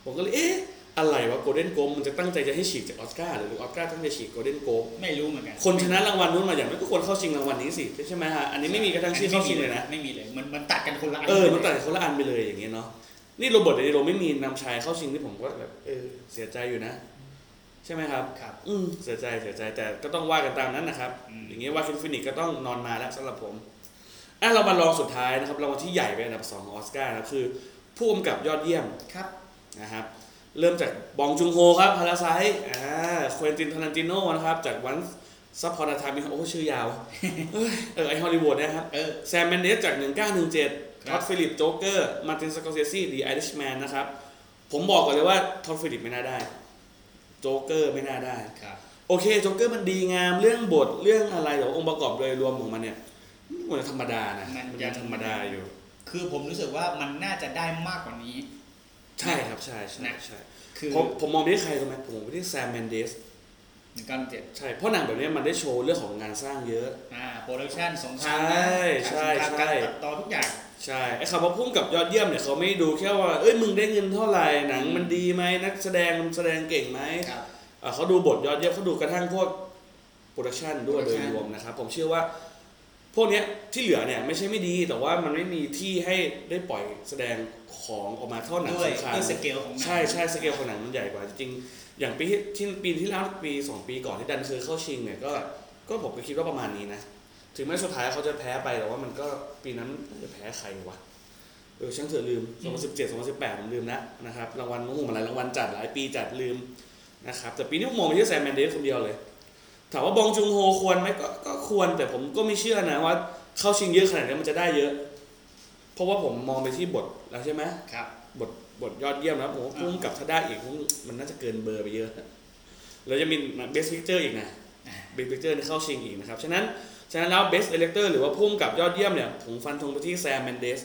S2: ผมก็เลย เอ๊ะ อะไรวะโกลเด้นโกลมันจะตั้งใจจะให้ฉีกจากออสการ์หรือออสการ์ตั้งใจฉีกโกลเด้นโกล
S1: ไม่รู้เหมือนกัน
S2: คนชนะรางวัลนู้นมาอย่างน้อยก็ควรเข้าชิงรางวัลนี้สิใช่ไหมฮะอันนี้ไม่มีกระทั่งชื่อเข้าชิงเลยนะ
S1: ไม่มีเลยมันมันตัดกันคนละน
S2: เออ มันตัดคนละอันไปเลยอย่างเงี้ยเนาะ นี่โรเบิร์ตเดนิโรไม่มีนำชายเข้าชิงที่ผมก็แบบเออเสียใจอยู่นะ ใช่ไหมครับ
S1: ครับ
S2: อืมเสียใจเสียใจแต่ก็ต้องว่ากันตามนั้นนะครับ
S1: อืม
S2: อย่างเงี้ยว่าคินฟินิกก็ต้องนอนมาแล้วสำหรับผมอ่ะเรามาลองสุดท้ายนะครับรางวัลที่ใหญ่เป็นอันดับสองของออสการ์นะครับคือ ผู้กำกับยอดเยี่ยม
S1: ครับ
S2: นะครับ เริ่มจากบองจุงโฮครับพาราไซอ่าควินตินทารันติโนนะครับ จากวันซัพพอร์ตทามิโอ้ชื่อยาว เอ้ยเออไอฮอลลีวูดนะครับ
S1: เออ
S2: แซมแมนเดสจาก
S1: ค
S2: 1917ท
S1: รับ
S2: อดฟิลิปโจ๊กเกอร์ มาร์ตินสกอร์เซซีดีไอริชแมนนะครับ ผมบอกก่อนเลยว่าทอดฟิลิปไม่น่าได้ โจ๊กเกอร์ไม่น่าได้
S1: ครับ
S2: โอเค โจ๊กเกอร์มันดีงาม เรื่องบท เรื่องอะไรแต่ว่าองค์ประกอบโดยรวมของมันเนี่ย มันธรรมดานะ
S1: มันยั
S2: ยัง งธรรมดาอยู่
S1: คือผมรู้สึกว่ามันน่าจะได้มากกว่านี้
S2: ใช่ครับ ใช่ใช่
S1: นะ
S2: ใช่
S1: ค คือ
S2: ผมผมมองไปที่ใครรู้ไหมผมมองไปที่แซมแมนเดส
S1: หนึ่งเก้าเจ็ด
S2: ใช่เพราะหนังแบบเนี้ยมันได้โชว์เรื่องของงานสร้างเยอะ
S1: อ่าโปรดักชันสงคราม
S2: ใช่
S1: นะ
S2: ใช่
S1: การสงคราม
S2: ใช่
S1: การตัดต่อทุกอย่าง
S2: ใช่ไอ้คำว่าพุ่งกับยอดเยี่ยมเนี่ยเขาไม่ดูแค่ว่าเอ้ยมึงได้เงินเท่าไหร่หนังมันดีไหมนักแสดงมันแสดงเก่งไหม
S1: ครับ
S2: อ่ะเขาดูบทยอดเยี่ยมเขาดูกระทั่งพวกโปรดักชันด้วยโดย
S1: production
S2: รวมนะครับผมเชื่อว่า พวกเนี้ยที่เหลือเนี่ยไม่ใช่ไม่ดีแต่ว่ามันไม่มีที่ให้ได้ปล่อยแสดงของออกมาเท่าหนัง
S1: ด้วย
S2: สำคัญ
S1: ด้วยสเกลของหนัง
S2: ใช่ใช่สเกลของหนังมันใหญ่กว่า จริงๆอย่างปีที่ที่ปีที่แล้วปี 2 ปีก่อนที่ดันเคยเข้าชิงเนี่ยก็ก็ผมก็คิดว่าประมาณนี้นะ ถึงแม้สุดท้ายเขาจะแพ้ไปแต่ว่ามันก็ปีนั้นจะแพ้ใครวะเออช่างเถอะลืม 2017 2018 ผมลืมนะนะครับรางวัลมุ่งมาหลายรางวัลจัดหลายปีจัดลืมนะครับแต่ปีนี้ผมมองไปที่แซมแมนเดสคนเดียวเลย ถามว่าบองจุงโฮควรไหมก็ก็ควรแต่ผมก็ไม่เชื่อนะว่าเข้าชิงเยอะขนาดนี้มันจะได้เยอะ เพราะว่าผมมองไปที่บทแล้วใช่ไหม
S1: ครับ
S2: บทบทยอดเยี่ยมนะผมว่าพุ่งกับถ้าได้อีกพุ่งมันน่าจะเกินเบอร์ไปเยอะนะแล้วจะมี Best Picture อีกนะ Best Picture นี่เข้าชิงอีกนะครับ ฉะนั้นฉะนั้นแล้ว Best Director หรือว่าพุ่งกับยอดเยี่ยมเนี่ย ผมฟันธงไปที่แซมแมนเดส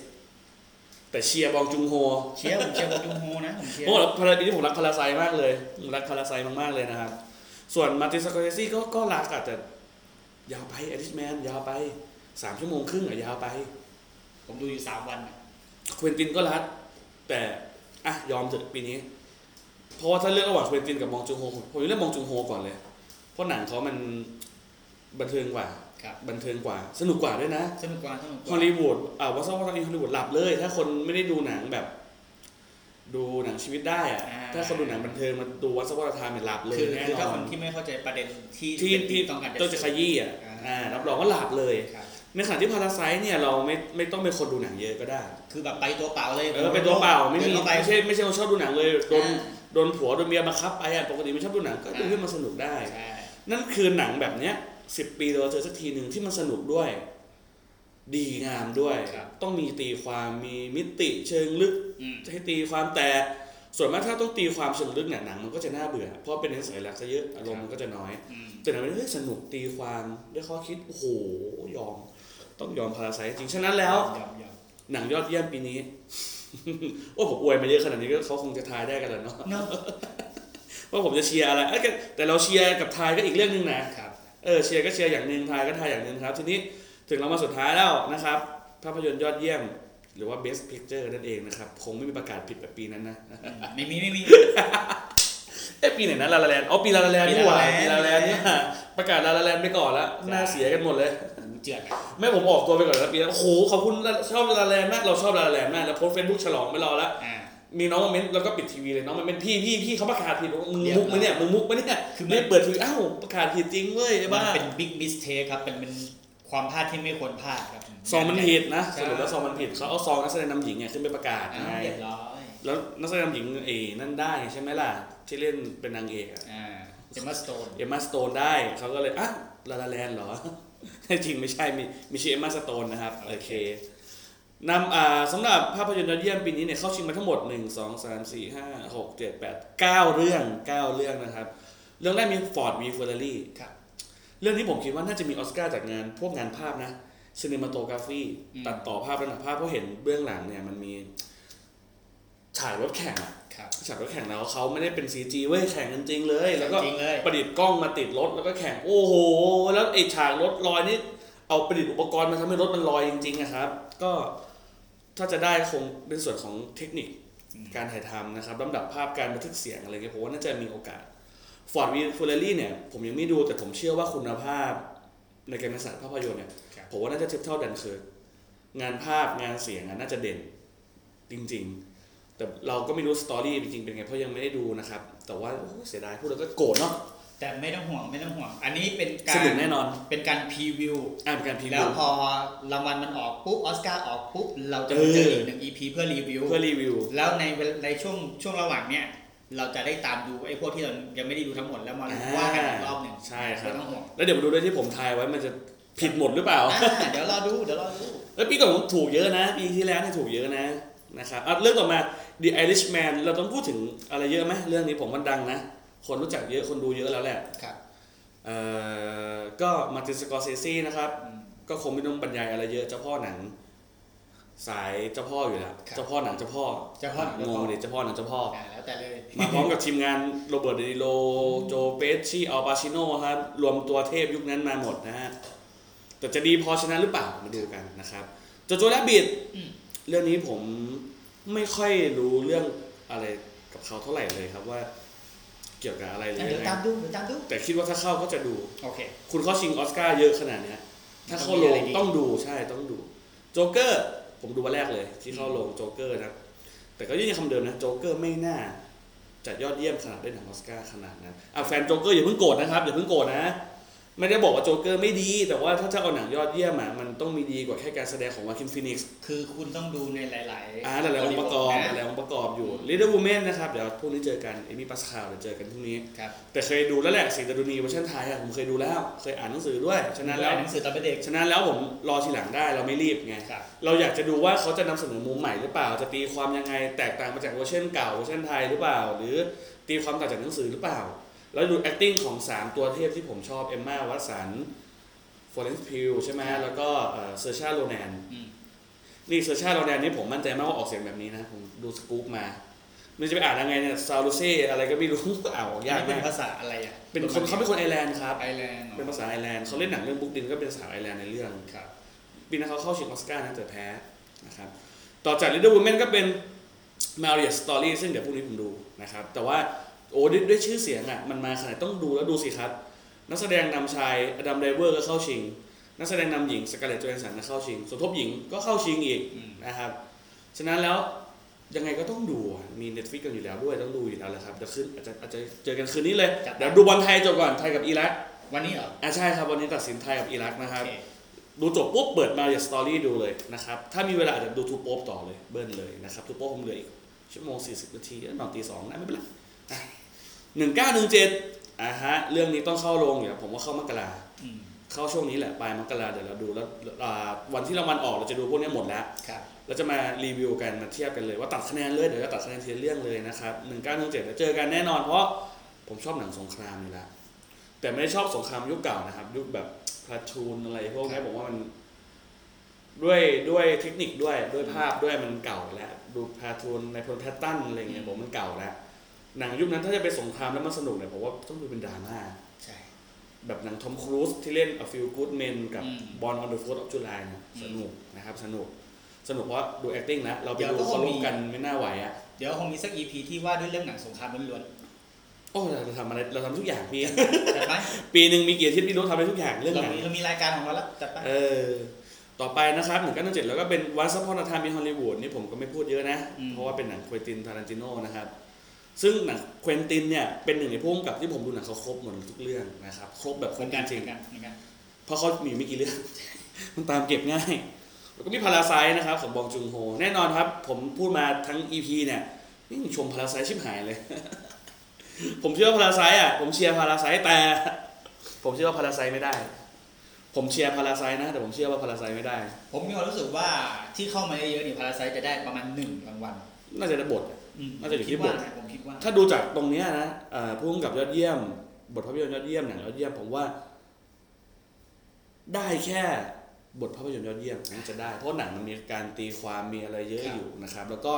S2: แต่เชียร์บองจุงโฮ
S1: เชียร์ผมเชียร์บองจุงโฮนะผมเชียร์
S2: โอ้พาราดีที่ผมรักพาราไซมากเลยผมรักพาราไซมากๆเลยนะครับ ส่วนมาร์ตินสกอร์เซซีก็ก็รักอะแต่ยาวไปอดิชแมนยาวไปสามชั่วโมงครึ่งอะยาวไป
S1: ผมดูอยู่สามวันน่ะ
S2: เควินตินก็รัด แต่อ่ะยอมเถอะปีนี้ เพราะว่าถ้าเลือกระหว่างเควินตินกับมองจุงโฮผมผมจะเลือกมองจุงโฮก่อนเลย เพราะหนังเขามันบันเทิงกว่า
S1: ครับ
S2: บันเทิงกว่า สนุกกว่าด้วยนะ
S1: สนุกกว่าสนุกก
S2: ฮอ
S1: ว่า
S2: ลลีวูดอ่าวอซาวอซอินฮอลลีวูดหลับเลย ถ้าคนไม่ได้ดูหนังแบบ ดูหนังชีวิตได้อะ
S1: อ่า
S2: ถ้าคนดูหนังบันเทิงมาดูวัซาวอร์ทามเนี่ยหลับเลย
S1: คือ
S2: แน่
S1: คือนถ้า
S2: อ
S1: คน นที่ไม่เข้าใจประเด็นที่
S2: ที่
S1: เป็น
S2: ที่
S1: ต้องการจะ
S2: ต้องจะขยี้อ่ะอ่ารับรองว่าหลับเลย
S1: ครับ
S2: ในขณะที่พาราไซเนี่ยเราไม่ไม่ต้องเป็นคนดูหนังเยอะก็ได้
S1: คือแบบไปตัวเปล่าเลย
S2: เออเป็นตัวเปล่าไม่มี
S1: ดินเข้ไป
S2: ไม่ใช่ไม่ใช่คนชอบดูหนังเลยโดน
S1: อ่า
S2: โดนผัวโดนเมียบังคับไปอ่ะปกติไม่ชอบดูหนังก็ดูให้มันสนุกได้
S1: ใช่
S2: นั่นคือหนังแบบเนี้ยสิบปีเราเจอสักทีหนึ่งที่มันสนุกด้วย ดีงามด้วย ต้องมีตีความมีมิติเชิงลึก
S1: อืม
S2: ให้ตีความแต่ส่วนมากถ้าต้องตีความเชิงลึกเนี่ยหนังมันก็จะน่าเบื่อ เพราะเป็นเนื้อสัญลักษณ์ซะเยอะอารมณ์มันก็จะน้อย
S1: อืม
S2: แต่หนังมันเฮ้ยสนุกตีความด้วยข้อคิดโอ้โหยอม ต้องยอมพาราไซจริงฉะนั้นแล้ว
S1: ยอมยอม
S2: หนังยอดเยี่ยมปีนี้ ว่าผมอวยมาเยอะขนาดนี้ก็เขาคงจะทายได้กันแล้วเนาะ
S1: เนอะ
S2: ว่าผมจะเชียร์อะไรเอ้ยแต่แต่เราเชียร์กับทายก็อีกเรื่องหนึ่งนะครับ เออเชียร์ก็เชียร์อย่างหนึ่งทายก็ทายอย่างหนึ่งครับ ทีนี้ถึงเรามาสุดท้ายแล้วนะครับ ภาพยนตร์ยอดเยี่ยม หรือว่า best picture นั่นเองนะครับ คงไม่มีประกาศผิดแบบปีนั้นนะ
S1: ไม่มีไม่มี
S2: เอ๊ะปีไหนนะลาลาแลนอ๋อปีลาลาแลนนี่หว่า
S1: ปี
S2: ปีลา
S1: ลา
S2: ลา
S1: ลา
S2: แล
S1: แล
S2: น
S1: น
S2: เนี่ยประกาศลาลาแลนไปก่อนละหน้าเสียกันหมดเลย
S1: หูเจือดอะ
S2: ไม่ผมออกตัวไปก่อนแล้วปีนั้นโอ้โหขอบคุณชอบลาลาแลนมากเราชอบลาลาแลนมากแล้วโพสเฟซบุ๊กฉลองไปรอละ
S1: อ่า
S2: มีน้องมาเม้นแล้วก็ปิดทีวีเลยน้องมาเม้นพี่พี่พี่เขาประกาศผิดมึง
S1: เรียบ
S2: มุกมาเนี่ยมึงมุกมาเนี่ย
S1: คือไม่
S2: ไม่เปิดทีวีอ้าวประกาศผิดจริงเว้ยไอ้
S1: มัน
S2: บ้า
S1: เป็นบิ๊กมิสเทคครับเป็นเป็นความพลาดที่ไม่ควรพลาดครับ
S2: ซองมันผิดนะ
S1: ใช่
S2: สรุปแล้วซองมันผิดเขาเอาซองนักแสดงนำหญิงเนี่ยขึ้นไปประกาศ
S1: อ่า
S2: ไง
S1: เรียบร้อย
S2: แล้วนักแสดงนำหญิงเอนั่นได้ใช่ไหมล่ะที่เล่นเป็นนางเอกอะ
S1: อ่าเจมส์สโตน
S2: เอมมาสโตนได้เขาก็เลยอ่ะลาลาแลนเหรอ จริงไม่ใช่มีมีชื่อเอมมาสโตนนะครับโอเคนำอ่าสำหรับภาพยนตร์ยอดเยี่ยมปีนี้เนี่ยเข้าชิงมาทั้งหมด 1 2 3 4 5 6 7 8 9 เรื่อง 9 เรื่องนะครับ เรื่องแรกมี Ford v Ferrari
S1: ครับ
S2: เรื่องนี้ผมคิดว่าน่าจะมีออสการ์จากงานพวกงานภาพนะซีนิมาโตกราฟี
S1: อืม
S2: ตัดต่อภาพและหนังภาพเพราะเห็นเบื้องหลังเนี่ยมันมีฉายรถแข่งอะ
S1: ครับ
S2: ฉายรถแข่งแล้วเขาไม่ได้เป็นซีจีเว้ยแข่งกันจริงเลยแล้วก็
S1: จริงๆเลย
S2: ประดิษฐ์กล้องมาติดรถแล้วก็แข่งโอ้โห แล้วไอ้ฉากรถลอยนี่เอาประดิษฐ์อุปกรณ์มาทำให้รถมันลอยจริงๆนะครับ ก็ถ้าจะได้คงเป็นส่วนของเทคนิค
S1: อืม
S2: การถ่ายทำนะครับลำดับภาพการบันทึกเสียงอะไรเงี้ยผมว่าน่าจะมีโอกาส Ford v Ferrari เนี่ย ผมยังไม่ดูแต่ผมเชื่อว่าคุณภาพในการนักษาภาพยนตร์เนี่ย
S1: ครับ
S2: ผมว่าน่าจะเทียบเท่าดันเคิร์กงานภาพงานเสียงอะน่าจะเด่นจริง ๆ แต่เราก็ไม่รู้สตอรี่จริงๆเป็นไงเพราะยังไม่ได้ดูนะครับ แต่ว่าโอ้โหเสียดายพูดแล้วก็โกรธเนาะ
S1: แต่ไม่ต้องห่วงไม่ต้องห่วง อันนี้เป็นกา
S2: ส
S1: ร
S2: นุกแน่นอน
S1: เป็นการพรีวิว
S2: อ่านการพิมพ์
S1: แล้วพอรางวัลมันออกปุ๊บออสการ์ออกปุ๊บ เราจะมาเจออีกหนึ่ง EP เพื่อรีวิว
S2: เพื่อรีวิว
S1: แล้วในเวลในช่วงช่วงระหว่างเนี้ยเราจะได้ตามดูไอ้พวกที่เรายังไม่ได้ดูทั้งหมดแล้วมา
S2: อ่า
S1: ว่ากันอีกรอบหนึ่ง
S2: ใช่ครับ
S1: ไม่ต้องห่วง
S2: แล้วเดี๋ยวมาดูด้วยที่ผมทายไว้มันจะผิดหมดหรือเปล่า
S1: อ่าเดี๋ยวรอดูเดี๋ยวรอดู
S2: แล้วปีก่อนผมถูกเยอะนะ ปีที่แล้วเนี่ยถูกเยอะนะนะครับอ่ะเรื่องต่อมา The Irishman เราต้องพูดถึงอะไรเยอะไหมเรื่องนี้ผมมันดังนะ คนรู้จักเยอะคนดูเยอะแล้วแหละ
S1: ครับ
S2: เอ่อก็มาตินสกอร์เซซีนะครับ
S1: อืม
S2: ก็คงไม่ต้องบรรยายอะไรเยอะเจ้าพ่อหนัง สายเจ้าพ่ออยู่แล้ว
S1: ครับ
S2: เจ้าพ่อหนังเจ้าพ่อ
S1: เจ้าพ่อหนังเจ้าพ่อ
S2: งงเลยเจ้าพ่อหนังเจ้าพ่อ
S1: อ่าแล้วแต่เลย
S2: มาพร้อมกับทีมงานโรเบิร์ตเดนิโล โจเปสชีอัลปาชิโนครับรวมตัวเทพยุคนั้นมาหมดนะฮะ แต่จะดีพอชนะหรือเปล่า มาดูกันนะครับโจโจและบิดเรื่องนี้ผมไม่ค่อยรู้เรื่องอะไรกับเขาเท่าไหร่เลยครับว่า เกี่ยวกับอะไรหรือ
S1: เดี๋ย
S2: ยั
S1: ว
S2: ง
S1: ตา
S2: ไง
S1: มดูเดี๋ยวตามดู
S2: แต่คิดว่าถ้าเข้าก็จะดู
S1: โอเค
S2: คุณเข้าชิงออสการ์เยอะขนาดเนี้ยถ้าเข้าโร
S1: ต้องมีอะไร
S2: ง
S1: ดี
S2: ต้องดูใช่ต้องดู โจ๊กเกอร์ ผมดูวันแรกเลย ที่เข้าโรงโจ๊กเกอร์นะ แต่ก็ยืนยันคำเดิมนะ โจ๊กเกอร์ไม่น่าจะยอดเยี่ยมขนาดได้หนังออสการ์ขนาดนั้นอ่ะแฟนโจ๊กเกอร์อย่าเพิ่งโกรธนะครับ อย่าเพิ่งโกรธนะ ไม่ได้บอกว่าโจ๊กเกอร์ไม่ดี แต่ว่าถ้าจะเอาหนังยอดเยี่ยมอ่ะมันต้องมีดีกว่าแค่การแสดงของวาคินฟินิกส์
S1: คือคุณต้องดูในหลายๆ
S2: อ่ะหลายๆองค์ประกอบ
S1: น
S2: หลายๆองค์ประกอบอยู่ลิเดอร์วูแมนนะครับเดี๋ยวพรุ่งนี้เจอกันเอมี่ปัสคาลเดี๋ยวเจอกันพรุ่งนี้
S1: ครับ
S2: แต่เคยดูแล้วแหละสิงห์ดารุณีเวอร์ชันไทยอ่ะผมเคยดูแล้ว เคยอ่านหนังสือด้วยฉะนั้นแล้ว
S1: หนังสือตอนเป็นเด็ก
S2: ฉะนั้นแล้วผมรอทีหลังได้เราไม่รีบไง
S1: ครับ
S2: เราอยากจะดูว่าเขาจะนำเสนอมุมใหม่หรือเปล่า จะตีความยังไงแตกต่างมาจากเวอร์ชันเก่าเวอร์ชันไทยหรือเปล่า หรือตีความต่างจากหนังสือหรือเปล่า แล้วดู acting ของ 3 ตัวเทพที่ผมชอบเอมมาวัตสันฟอเรนซ์พิวใช่ไหมแล้วก็เซอร์ชาโรแนน
S1: อืม
S2: นี่เซอร์ชาโรแนนนี่ผมมั่นใจมากว่าออกเสียงแบบนี้นะ ผมดูสกู๊ปมาไมันจะไปอ่านยังไงเนี่ยซาลูเซอะไรก็ไม่รู้ อ่านออกยาก
S1: นี่เป็น
S2: มาก
S1: ภาษาอะไรอ่ะ
S2: เป็นคนเขาเป็นคนไอร์แลนด์ครับ
S1: ไอแลนด์หรอ
S2: เป็นภาษาไอร์แลนด์เขาเล่นหนังเรื่องบุ๊กดินก็เป็นภาษาไอร์แลนด์ในเรื่อง
S1: ครับ
S2: ปีนั้นเขาเข้าชิงออสการ์นะแต่แพ้นะครับต่อจาก Little Women ก็เป็น Marriage Story ซึ่งเดี๋ยวพรุ่งนี้ผมดูนะครับ แต่ว่าโอ้ด้วยด้วยชื่อเสียงอ่ะมันมาขนาดต้องดูแล้วดูสิครับ นักแสดงนำชายอดัมไดเวอร์ก็เข้าชิง นักแสดงนำหญิงสกาเลตโจแฮนสันก็เข้าชิงสมทบหญิงก็เข้าชิงอีก
S1: อืม
S2: นะครับฉะนั้นแล้วยังไงก็ต้องดูอ่ะมี Netflix กันอยู่แล้วด้วยต้องดูอยู่แล้วแหละครับเดี๋ยวคืนอาจจะอาจจะเจอกันคืนนี้เลย
S1: จัดไป
S2: เดี๋ยวดูบอลไทยจบก่อนไทยกับอิรัก
S1: วันนี้เหรอ
S2: อ่ะใช่ครับวันนี้ตัดสินไทยกับอิรักนะค
S1: โอ
S2: รับ
S1: เค
S2: ดูจบปุ๊บเปิดมาอย่าสตอรี่ดูเลยนะครับ ถ้ามีเวลาอาจจะดูทูโป๊ปต่อเลยเบิ้ลเลยนะครับทูโป๊ปผมเหลืออีกชั่วโมง 40 นาทีเอ้ยนอนตีสองนะไม่เป็นไรหนึ่งเก้าหนึ่งเจ็ดอ่าฮะ เรื่องนี้ต้องเข้าโรงอยู่แล้วผมว่าเข้ามกรา
S1: อืม
S2: เข้าช่วงนี้แหละปลายมกราเดี๋ยวเราดูแล้วอ่าวันที่รางวัลออกเราจะดูพวกนี้หมดแล้ว
S1: ครับ
S2: เราจะมารีวิวกันมาเทียบกันเลยว่าตัดคะแนนเลยเดี๋ยวจะตัดคะแนนทีละเรื่องเลยนะครับหนึ่งเก้าหนึ่งเจ็ดเจอกันแน่นอนเพราะผมชอบหนังสงครามอยู่แล้วแต่ไม่ได้ชอบสงครามยุคเก่านะครับ ยุคแบบพลาทูนอะไรพวกนี้
S1: ครับ
S2: ผมว่ามัน ด้วยด้วยเทคนิคด้วยด้วยภาพด้วยมันเก่าแล้วดูพลาทูนในพลแพตตันอะไรเงี้ยผมมันเก่าแล้วหนังยุคนั้นถ้าจะไปสงครามแล้วมันสนุกเนี่ยผมว่าต้องดูเป็นดราม่า
S1: ใช่
S2: แบบหนังทอมครูซที่เล่น A Few Good Men กับ
S1: อืม
S2: Born on the Fourth of July เนี่ยสนุกนะครับสนุก สนุกเพราะดู acting นะ เราไป
S1: เดี๋ยว
S2: ดู
S1: ก็ค
S2: เขา
S1: ง
S2: ล
S1: มี
S2: บกันไม่น่าไหวอ่ะ
S1: เดี๋ยวคงมีสัก EP ที่ว่าด้วยเรื่องหนังสงครามล้วน
S2: โอ้เราทำอะไรเราทำทุกอย่างพี่
S1: ๆ จัดไป
S2: ปีหนึ่งมีกี่อาทิตย์พี่รู้ทำได้ทุกอย่างเรื่อง
S1: เรา
S2: หนัง
S1: มีเรามีรายการของเราแล้วจัดไป
S2: เออ ต่อไปนะครับหนึ่งเก้าหนึ่งเจ็ดแล้วก็เป็นวันซัพพอร์ตทาม n นฮอลลีวูดนี่ผมก็ไม่พูดเยอะนะ เพราะว่าเป็นหนังควินตินทารันติโนนะครับ ซึ่งหนังควินตินเนี่ยเป็นหนึ่งในผู้กำกับที่ผมดูหนังเขาครบหมดทุกเรื่องนะครับครบแบบค
S1: เห
S2: ร
S1: มื
S2: บ
S1: อน
S2: จ
S1: กันเห
S2: ริง
S1: มือนกันเหมือนกัน
S2: ๆเพราะเขามีไม่กี่เรื่อง มันตามเก็บง่าย แล้วก็มีพาราไซนะครับของบองจุงโฮแน่นอนครับ ผมพูดมาทั้ง EP เนี่ยนี่ชมพาราไซชิบหายเลย ผมเชื่อพาราไซอ่ะผมเชียร์พาราไซแต่ ผมเชื่อว่าพาราไซไม่ได้ ผมเชียร์พาราไซนะ แต่ผมเชื่อว่าพาราไซไม่ได้
S1: ผมมีความรู้สึกว่าที่เข้ามาเยอะๆเนี่ยพาราไซจะได้ประมาณหนึ่งรางวัล
S2: น่าจะได้บท
S1: อืม
S2: น่าจะอยู่ที่
S1: คิดว่า
S2: บท
S1: นะผมคิดว่า
S2: ถ้าดูจากตรงเนี้ยนะเอ่อผู้กำกับยอดเยี่ยม บทภาพยนตร์ยอดเยี่ยมหนังยอดเยี่ยมผมว่า ได้แค่บทภาพยนตร์ยอดเยี่ยมน่าจะได้เพราะหนังมันมีการตีความมีอะไรเยอะ
S1: ครับ
S2: อยู่นะครับ แล้วก็